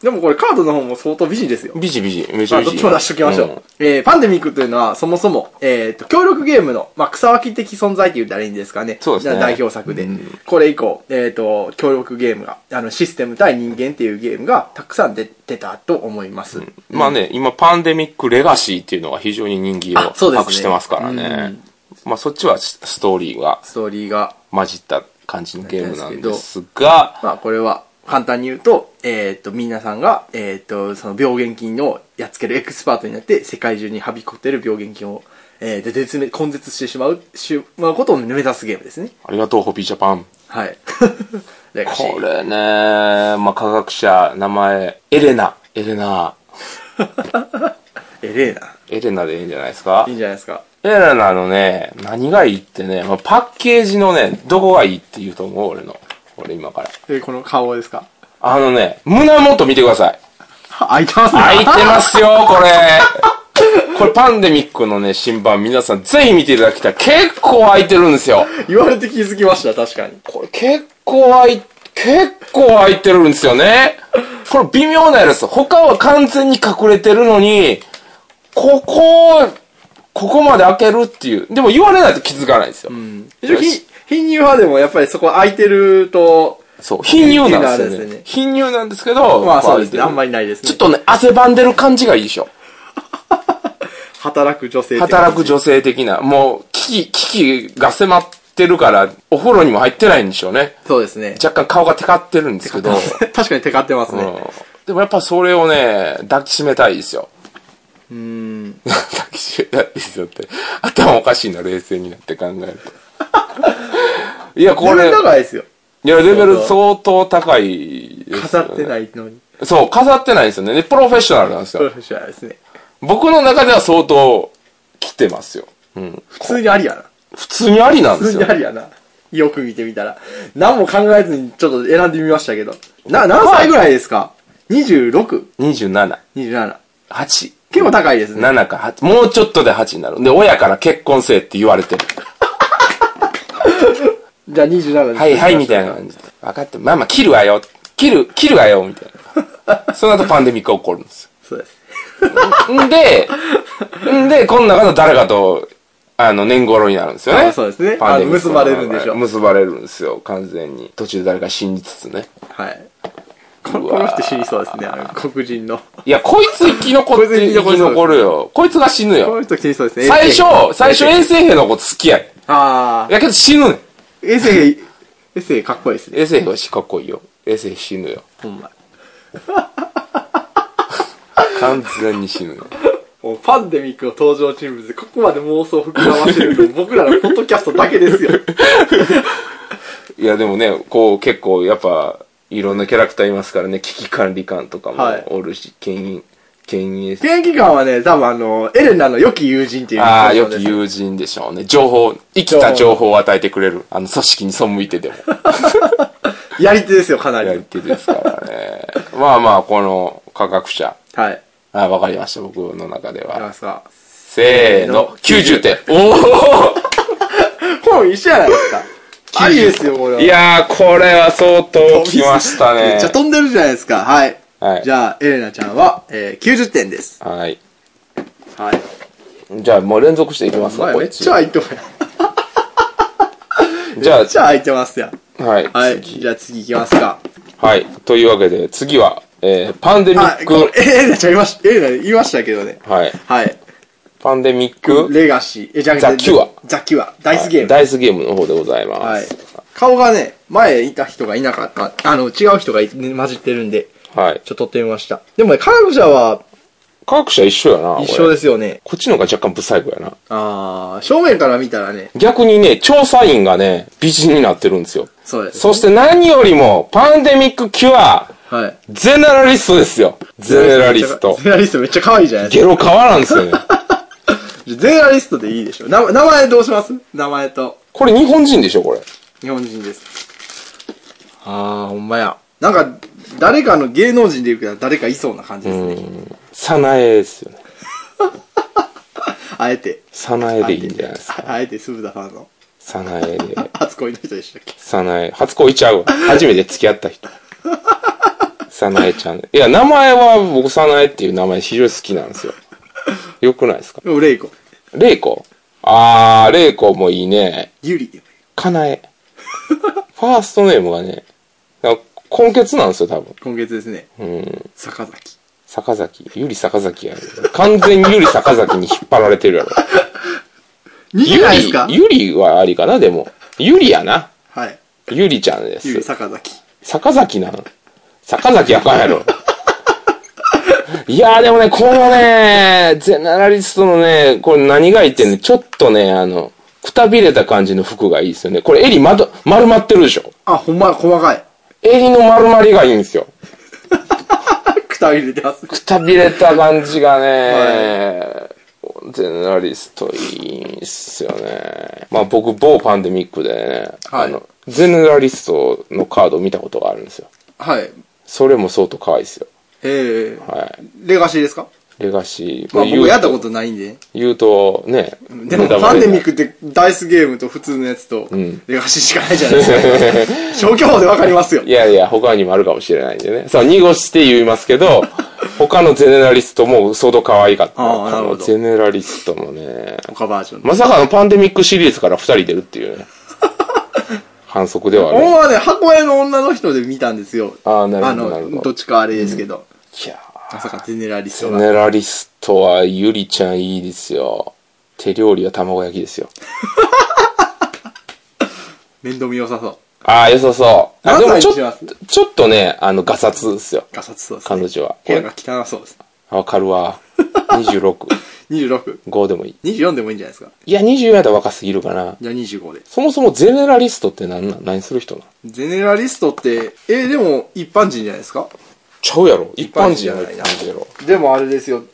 B: でもこれカードの方も相当美人ですよ。
A: 美人美人。めち
B: ま
A: ゃ
B: あ、
A: 美
B: ど
A: 人。
B: っちも出しときましょう。
A: ん
B: えー、パンデミックというのは、そもそも、えっ、と、協力ゲームの、まあ、草分け的存在って言ったらいいんですかね。
A: そうですね
B: 代表作で。これ以降、えっ、と、協力ゲームが、あの、システム対人間っていうゲームが、たくさん出てたと思います。
A: まあね、今パンデミックレガシーっていうのが非常に人気を
B: あそうですね
A: 博してますからね。まあそっちはスストーリーが
B: ストーリーが、
A: 混じった感じのゲームなんですが、
B: まあ、これは、簡単に言うと、えっ、と、皆さんが、えっ、と、その病原菌をやっつけるエクスパートになって、世界中にはびこってる病原菌を、えー、で、絶滅、根絶してしまう、しまうことを目指すゲームですね。
A: ありがとうホピージャパン。
B: はい。 レガシー
A: これね、まあ科学者、名前、エレナ。エレナ。
B: えれえな。
A: エレナでいいんじゃないですか
B: いいんじゃないですか。
A: エレナのね、何がいいってね、まあ、パッケージのね、どこがいいって言うと思う俺の。俺今から。
B: え、この顔ですか
A: あのね、胸元見てください。
B: 開いてますね。
A: 開いてますよ、これ。これパンデミックのね、新版皆さんぜひ見ていただきたい。結構開いてるんですよ。
B: 言われて気づきました、確かに。
A: これ結構開い、結構開いてるんですよね。これ微妙なやつ。他は完全に隠れてるのに、ここ、ここまで開けるっていう。でも言われないと気づかないんですよ。
B: 一応、ひ貧乳派でもやっぱりそこ開いてると、
A: そう、貧乳なんで
B: 貧乳な
A: よ
B: んですすよ
A: ね
B: ね。
A: 貧乳なんですけど、
B: まあそうですね。
A: こう開いてる
B: あんまりないです
A: ちょ
B: ね
A: っ。とね、汗ばんでる感じがいいでしょ。
B: 働く女性って
A: 働く女性的な、もう、危機、危機が迫ってるから、お風呂にも入ってないんでしょうね。
B: そうですね。
A: 若干顔がテカってるんですけど、う
B: 確かにテカってます
A: ん
B: ね。
A: でもやっぱそれをね、抱きしめたいですよ。
B: うーん。
A: 抱きしめたいですよって。頭おかしいな、冷静になって考える と。いや、こ
B: これ
A: れ、
B: 高いですよ。
A: いや、レベル相当高いですよね
B: 飾ってないのに。
A: そう、飾ってないんですよね。で、プロフェッショナルなんです
B: プロ
A: よ。
B: フェッショナルですね。
A: 僕の中では相当来てますよ。うん。
B: 普通にありやな。
A: 普通にありなんで
B: 普
A: す
B: 通
A: よ。
B: にありやな。よく見てみたら。何も考えずにちょっと選んでみましたけど。な、何歳ぐらいですか ?26?27?
A: 27、8。
B: 結構高いですね。
A: 7か8。もうちょっとで8になる。で、親から結婚せえって言われてる。
B: じゃあ27で
A: はいはい、みたいな感じで。分かってる、ママ切るわよ。切る、切るわよ、みたいな。その後パンデミックが起こるんです
B: そうです。
A: よ。んで、んで、この中の誰かと、あの、年頃になるんですよね。
B: あそうですね
A: パンデミックの
B: あの結ばれるんでしょ
A: 結ばれるんですよ、完全に。途中で誰か死につつね。
B: はい。こ
A: う
B: の
A: わ
B: こ
A: ー
B: の人死にそうですね、あの黒人の。
A: いや、こいつ生き残っ
B: こい
A: て
B: つ
A: 生
B: 生き残り
A: き残るよ。こいつが死ぬ
B: こ
A: よ。
B: の人死にそうですね。
A: 最初、最初
B: 衛
A: 衛生兵のこと好きやん。
B: ああ。
A: やけど死ぬねん。
B: 衛生兵、衛生兵かっこいいですね。
A: 衛生兵はしかっこいいよ。衛生兵死ぬよ。
B: ほんま。
A: 完全に死ぬよ。
B: もうパンデミックの登場人物で、ここまで妄想膨らませるの、僕らのポッドキャストだけですよ。
A: いや、でもね、こう結構やっぱ、いろんなキャラクターいますからね、危機管理官とかも
B: はい
A: おるし、牽引、牽引、
B: 元気感はね、多分あの、エレナの良き友人っていう
A: ああ、良
B: ポジ
A: き
B: ション
A: 友人でしょうね。情報、生きた情報を与えてくれる。あの、組織に背いてでも。
B: ですやり手ですよ、かな
A: やり
B: り。
A: 手ですから ね。まあまあ、この科学者。
B: はい。
A: あわかりました、僕の中で
B: いき
A: は。
B: ますか。
A: せーの、90点。お
B: 本一緒じゃないです か。ありですよ、これ
A: お
B: は。
A: いやー、これは相当きました
B: め
A: ね
B: っち。ゃ飛んでるじゃないですか。はい。
A: はい
B: じゃあ、エレナちゃんは、えー、90点です。
A: はい。
B: はい。
A: じゃあ、もう連続していきます
B: ま
A: か、
B: あ、
A: こ
B: め
A: っ
B: っ
A: ち
B: ちゃ。開いてますやん。
A: じゃ
B: めっちゃ開いてますやん。
A: あ、はい。
B: はい。じゃあ次行きますか。
A: はい。というわけで、次は、えー、パンデミ
B: あ
A: ッ、
B: こ
A: ク、
B: れ、エレナちゃん言いました、エレナ言いましたけどね。
A: はい。
B: はい。
A: パンデミック、
B: レガシー。え、じゃなくて
A: ザキュア。
B: ザキュア。ダイスゲーム。
A: ダイスゲームの方でございます。
B: はい。顔がね、前いた人がいなかった。あの、違う人がい混じってるんで、
A: はい。
B: ちょっと撮ってみました。でもね、科学者は
A: 科学者一緒やな、これ
B: 一緒ですよね。
A: こっちの方が若干ブサイクやな。
B: あー、正面から見たらね、
A: 逆にね、調査員がね、美人になってるんですよ。
B: そうです。
A: そして何よりも、パンデミックキュア、
B: はい。
A: ゼネラリストですよ。ゼネラリスト
B: ゼ。ネラリストめっちゃ可愛いじゃないです
A: ゲロ川なんですよ ね。
B: か。ゼネラリストでいいでしょ。な名前どうします名前と。
A: これ日本人でしょ、これ。
B: 日本人です。あー、ほんまや。なんか、誰かの芸能人で言うけど、誰かいそうな感じですね。
A: うん。さなえですよね。
B: あえて。
A: さなえでいいんじゃないですか。
B: ああえて、鈴田さんの
A: さなえで。
B: 初恋の人でしたっけ
A: さなえ。初恋ちゃうわ。初めて付き合った人。さなえちゃん。いや、名前は僕さなえっていう名前非常に好きなんですよ。よくないですか
B: でもレイコ。
A: れいこあー、れいこもいいね。
B: ゆり。
A: かなえ。ファーストネームがね、なんか根血なんですよ、多分。
B: 今月ですね。
A: うん。
B: 坂崎。
A: 坂崎。ゆり坂崎やね。完全にゆり坂崎に引っ張られてるやろ。
B: 逃げないですか
A: ゆり、ゆりはありかな、でも。ゆりやな。
B: はい。
A: ゆりちゃんで
B: ゆり、
A: す。
B: 坂崎。
A: 坂崎なの坂崎あかんやろ。いやーでもね、このね、ゼネラリストのね、これ何がいいってね、ちょっとね、あの、くたびれた感じの服がいいですよね。これ襟まと、丸まってるでしょ
B: あ、ほんま、細 かい。
A: 襟の丸まりがいいんですよ。
B: くたびれてます。
A: くたびれた感じがね、ゼネラリストいいんすよね。まあ僕、某パンデミックでね、
B: は
A: あ
B: い
A: の、ゼネラリストのカードを見たことがあるんですよ。
B: はい。へ
A: それも相当可愛いですよ。
B: え。
A: はい。
B: レガシーですか
A: レガシー。
B: まあ
A: 言う
B: 僕やったことないんでね。
A: 言うと、ね。
B: でも
A: ネタバ
B: パ
A: レ
B: ンデミックってダイスゲームと普通のやつと
A: ん
B: レガシーしかないじゃない ですか。消去法でわかりますよ
A: い。やいや、他にもあるかもしれないんでね。さあ、濁して言いますけ ど、他のゼネラリストも相当可愛かった。
B: ああなるほど
A: このゼネラリストもね。
B: 他バージョンの。
A: まさかのパンデミックシリーズから二人出るって いうね。反則ではあ
B: ほん
A: る。
B: まはね、箱屋の女の人で見たんですよ。
A: ああ、なる
B: あ
A: ほど、なるほ
B: の、
A: ど。
B: どっちかあれですけど。
A: いや
B: まさかゼネラリス
A: ーゼ
B: トが。
A: ネラリストはゆりちゃんいいですよ。手料理は卵焼きですよ。
B: 面倒見良さそう。
A: ああ、良さそう。あ
B: 何
A: でも
B: 歳
A: ちょ
B: に
A: っ
B: します
A: と、ちょっとね、あの、ガサツですよ。
B: ガサツそうですね。
A: 彼女は。
B: 部屋が汚そうです。
A: わかるわ。26。
B: 26。
A: 5でもいい。
B: 24でもいいんじゃないですか。
A: いや、24やったら若すぎるかな。
B: じゃあ25で。
A: そもそもゼネラリストって何なん何する人なん
B: ゼネラリストって、えー、でも一般人じゃないですか
A: ちゃうやろ。一般
B: 般
A: 人
B: 人
A: や
B: や
A: ろ。
B: ろ
A: 一般人やろ。
B: でもあれですよ。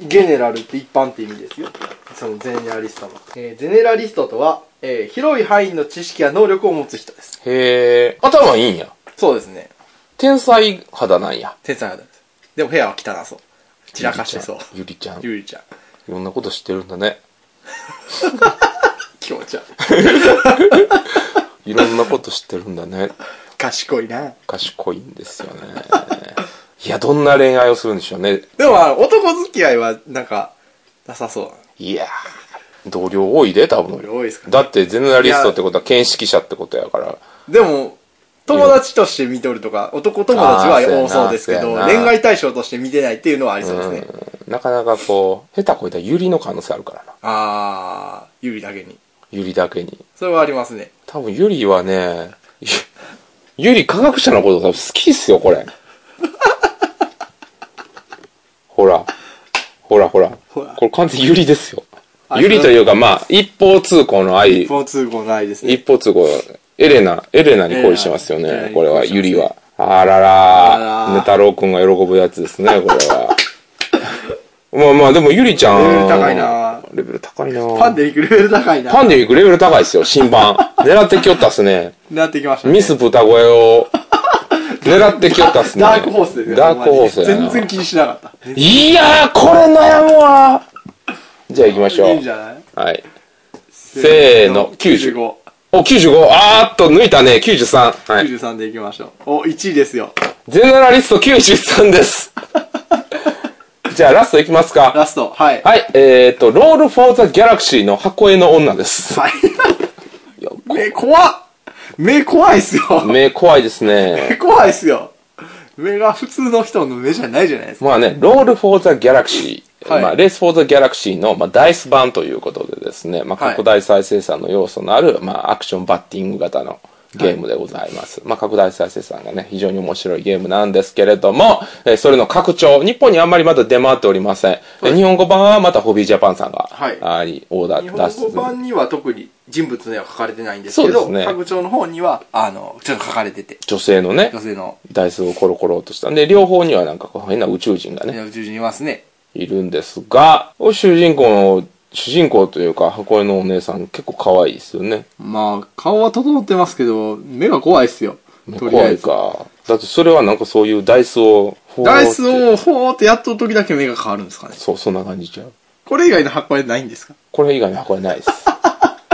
B: ゲネラルって一般って意味ですよ。そのゼネラリストの。えーゼネラリストとは、えー広い範囲の知識や能力を持つ人です。
A: へえ。頭いいんや。
B: そうですね。
A: 天才肌なんや。
B: 天才肌です。でも部屋は汚そう。散らかしてそう。
A: ゆりちゃん。ゆりち
B: ゆりちゃん。
A: ゃんいろんなこと知ってるんだね。
B: きょうちゃん。
A: いろんなこと知ってるんだね。
B: 賢いな。
A: 賢いんですよね。いや、どんな恋愛をするんでしょうね。
B: でもあの、男付き合いは、なんか、なさそうだない
A: やー。同僚多いで、多分。
B: 同僚多いですかね
A: だって、ゼネラリストってことは、見識者ってことやから。
B: でも、友達として見とるとか、男友達
A: あーそうや
B: は
A: な
B: 多そうですけ
A: そう
B: ど、
A: やな
B: 恋愛対象として見てないっていうのはありそうですね。
A: うんなかなかこう、下手こいたらユリの可能性あるからな。
B: あー、指だけに。
A: ユリだけに。
B: それはありますね。
A: 多分ユリはね、 ゆユリ科学者のこと多分好きっすよ、これ。 ほら。ほらほら。
B: ほら
A: これ完全にユリですよ。
B: あ
A: ユリというか、まあ、一方通行の愛
B: 一。方通行ないですね。
A: 一方通行、エレナ、エレナに恋してますよ
B: エレナ
A: ね、
B: に
A: これは、
B: 恋して
A: ユ
B: ますね
A: リは。あらら
B: あら
A: ー、ネ太郎くんが喜ぶやつですね、これは。 まあまあ、でもユリちゃん。
B: レベル高いな
A: レベル高いな
B: パンデミックレベル高いな。
A: パンデミックレベル高いですよ、新版。 狙ってきよったっすね。
B: なってきましたね。
A: ミス豚声を狙ってきよったっすね。
B: ダークホースですよ
A: ダークホースや
B: 全
A: な。
B: 然気にしなかった。
A: いやー、これ悩むわじゃあ行きましょ
B: いいん
A: う
B: じ。ゃない
A: はい。せーの
B: 95。
A: お、95! あーっと、抜いたね、93。はい。
B: 93でいきましょう。お、1位ですよ。
A: ゼネラリスト93です。 じゃあラストいきますか。
B: ラスト、はい。
A: はい、えーと、ロールフォーザギャラクシーの箱絵の女です。
B: はい。目怖っ目怖いっすよ。
A: 目怖いですね。
B: 怖いっすよ。目が普通の人の目じゃないじゃないですか。
A: まあね、ロールフォーザギャラクシー。
B: はい
A: まあ、レース・フォー・ザ・ギャラクシーの、まあ、ダイス版ということでですね、まあ、
B: はい
A: 拡大再生産の要素のある、まあ、アクションバッティング型のゲームでございます。まあ、拡大再生産がね、非常に面白いゲームなんですけれども、えーそれの拡張、日本にあんまりまだ出回っておりません。えー日本語版はまたホビージャパンさんが、
B: はい
A: あり、オーダ
B: 日
A: ー出
B: 本
A: す。
B: 語版には特に人物の絵は書かれてないんですけ
A: そうで
B: ど、
A: すね
B: 拡張の方には、あの、ちょっと書かれてて、
A: 女性のね
B: 女、性の
A: ダイスをコロコロとしたんで、両方にはなんかこう変な宇宙人がね、
B: 宇宙人いますね。
A: いるんですが、主人公の、主人公というか、箱絵のお姉さん結構可愛いですよね。
B: まあ、顔は整ってますけど、目が怖いっすよ。
A: 怖いか。だってそれはなんかそういうダイスを、ほーって
B: ダイス。をほーってやっと時だけ目が変わるんですかね。
A: そう、そんな感じちゃう。
B: これ以外の箱はないんですか
A: これ以外の箱はないです。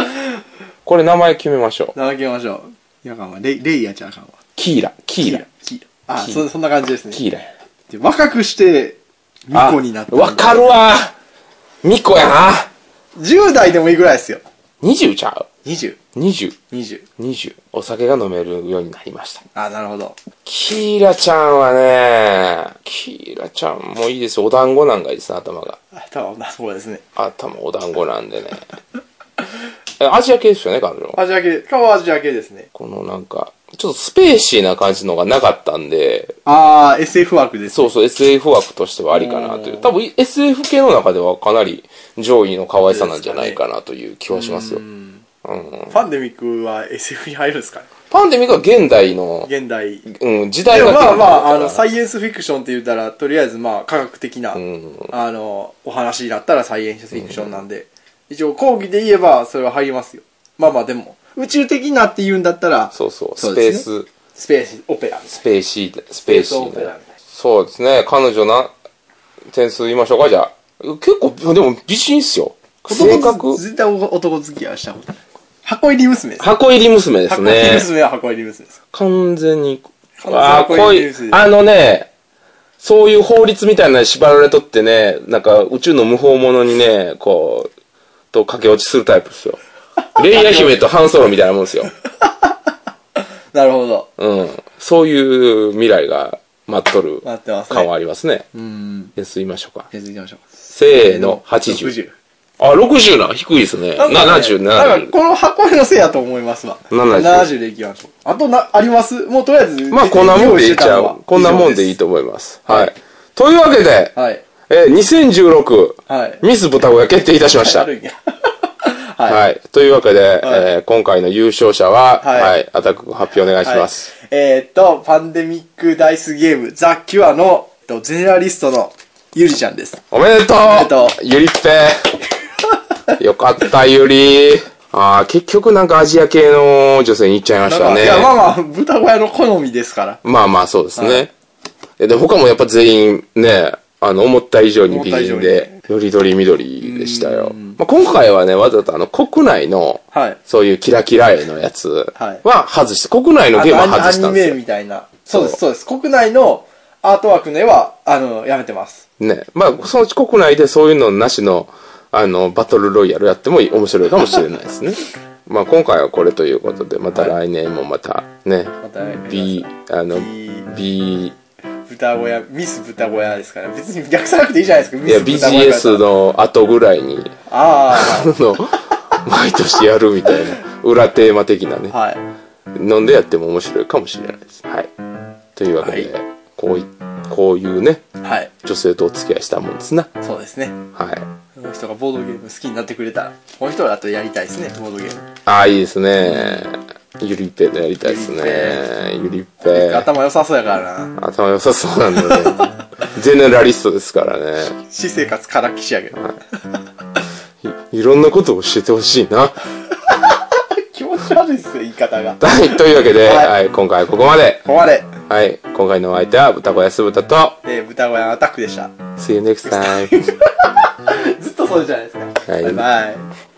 A: これ名前決めましょう。
B: なわけましょう。いやかんわ。レイレイヤちゃんかんわ。
A: キーラ、キーラ、
B: キーラ。あ、
A: キー
B: そ、そんな感じですね。
A: キーラや。
B: で若くして、ミ
A: あ
B: コになった。
A: わかるわミコやな
B: !10 代でもいいぐらいですよ。
A: !20 ちゃ
B: 20。
A: う ?20。
B: 20。
A: 20。お酒が飲めるようになりました。
B: あ、なるほど。
A: キーラちゃんはね、キーラちゃんもいいですよ。お団子なんかいいですね、頭が。
B: あ、多分、そうですね。
A: 頭お団子なんでね。 えアジア系ですよね、彼女。
B: アジア系、顔はアジア系ですね。
A: このなんか、ちょっとスペーシーな感じのがなかったんで、
B: あー、SF 枠です。
A: そうそう SF 枠としてはありかなという。多分 SF 系の中ではかなり上位の可愛さなんじゃないかなという気はしますよ。
B: パンデミックは SF に入るんですかね
A: パンデミックは現代の、
B: 現代。
A: うん、時代
B: で
A: が
B: も
A: 現
B: まあ
A: 代
B: ま
A: だから
B: あ、あの、サイエンスフィクションって言ったら、とりあえずまあ、科学的な、
A: ん
B: あの、お話だったらサイエンスフィクションなんで、一応講義で言えば、それは入りますよ。まあまあ、でも、宇宙的なって言うんだったら、
A: そうそう、
B: そ
A: ス
B: う
A: ペー
B: です
A: ス、
B: スペースオペラです。
A: スペーシー、スペーシ
B: スペースオペ
A: ー
B: ラ
A: な
B: みたいな。
A: そうですね、彼女な、点数言いましょうか、じゃあ。結構、でも美人っすよ。性格、
B: 絶対男付き合いはしたことない。箱入り娘です。
A: 箱入り娘です
B: 箱入り
A: ね。
B: 娘は箱入り娘です。
A: 完全に、
B: 完全に
A: ああ、こうい
B: こういう
A: う、あのね、そういう法律みたいなのに縛られとってね、なんか宇宙の無法者にね、こう、と駆け落ちするタイプです よ。レイヤ姫とハンソロみたいなもんですよ。
B: なるほど。
A: うん。そういう未来が待っとる
B: 待ってます
A: 感
B: ね。
A: はありますね。
B: うん。
A: 点数言いましょうか。
B: じゃあ続きましょう。
A: せーの、80。。あ、60な。低いですね。70、
B: なんか
A: 70。
B: この箱根のせいやと思いますわ。
A: 70
B: 70でいきましょう。あとな、ありますもうとりあえず。
A: まあ、こんなもんでいいちゃ
B: 用意してたのは
A: う。こんなもんでいいと思います。はい。というわけで、
B: はい。
A: えー、2016、
B: はい
A: ミス豚子が決定いたしました。
B: あるんや。はい。
A: はい。というわけで、えー今回の優勝者は、は、
B: はいい
A: アタック発表お願いします。
B: はいえーっと、パンデミックダイスゲーム、ザ・キュアの、えっとゼネラリストのゆりちゃんです。
A: おめでとう
B: めでとう
A: ゆりっ ぺよかった、ゆりああ、結局なんかアジア系の女性に行っちゃいまし
B: だ
A: た
B: から
A: ね
B: い。や、まあまあ、豚小屋の好みですから。
A: まあまあ、そうですね。
B: は
A: えで、他もやっぱ全員ね、あの、思った以上に美人
B: 思った以上
A: で、よりどり緑でしたよ。まあ、今回はね、わざとあの、国内の、
B: はい。
A: そういうキラキラ絵のやつ
B: はい
A: は外して、国内のゲームは
B: あ
A: 外し
B: と
A: た
B: ア
A: ん
B: ニ
A: ですよ。
B: メみたいな。そうです、そうです。国内のアートワークの絵は、あの、やめてます。
A: ね。まあ、そのうち国内でそういうのなしの、あの、バトルロイヤルやっても面白いかもしれないです ね。まあ、今回はこれということで、また来年もまたね、
B: またやめてください
A: B、あの、B、
B: 豚小屋、ミス豚小屋ですから。別に逆さなくていいじゃないですか。
A: い
B: ミ
A: や、
B: ス豚小屋だったら
A: BGS。の後ぐらいに、
B: あ
A: あ の、毎年やるみたいな、裏テーマ的なね
B: あ。、はい。
A: 飲んでやっても面白いかもしれないです。はい。というわけで、こうい、こういうね、
B: はい。
A: 女性とお付き合いしたもんですな。
B: そうですね。
A: はい。
B: この人がボードゲーム好きになってくれたら、この人らとやりたいですね、ボードゲーム。
A: ああ、いいですね。ゆりっぺのやりたいですね。ゆりっぺ。
B: 頭良さそうやからな。
A: 頭良さそうなんだね。ゼネラリストですからね。
B: 私生活からきしやけど。
A: いいろんなことを教えてほしいな。
B: 気持ち悪いっすよ、言い方 が。こ
A: はい、というわけで、
B: はい
A: はい、今回はここまで。
B: こまで、
A: はい、今回のお相手は豚小屋酢豚と、
B: えー、豚小屋のアタックでした。
A: See you next time.
B: ずっとそうじゃないですか。
A: はい
B: バイバイ。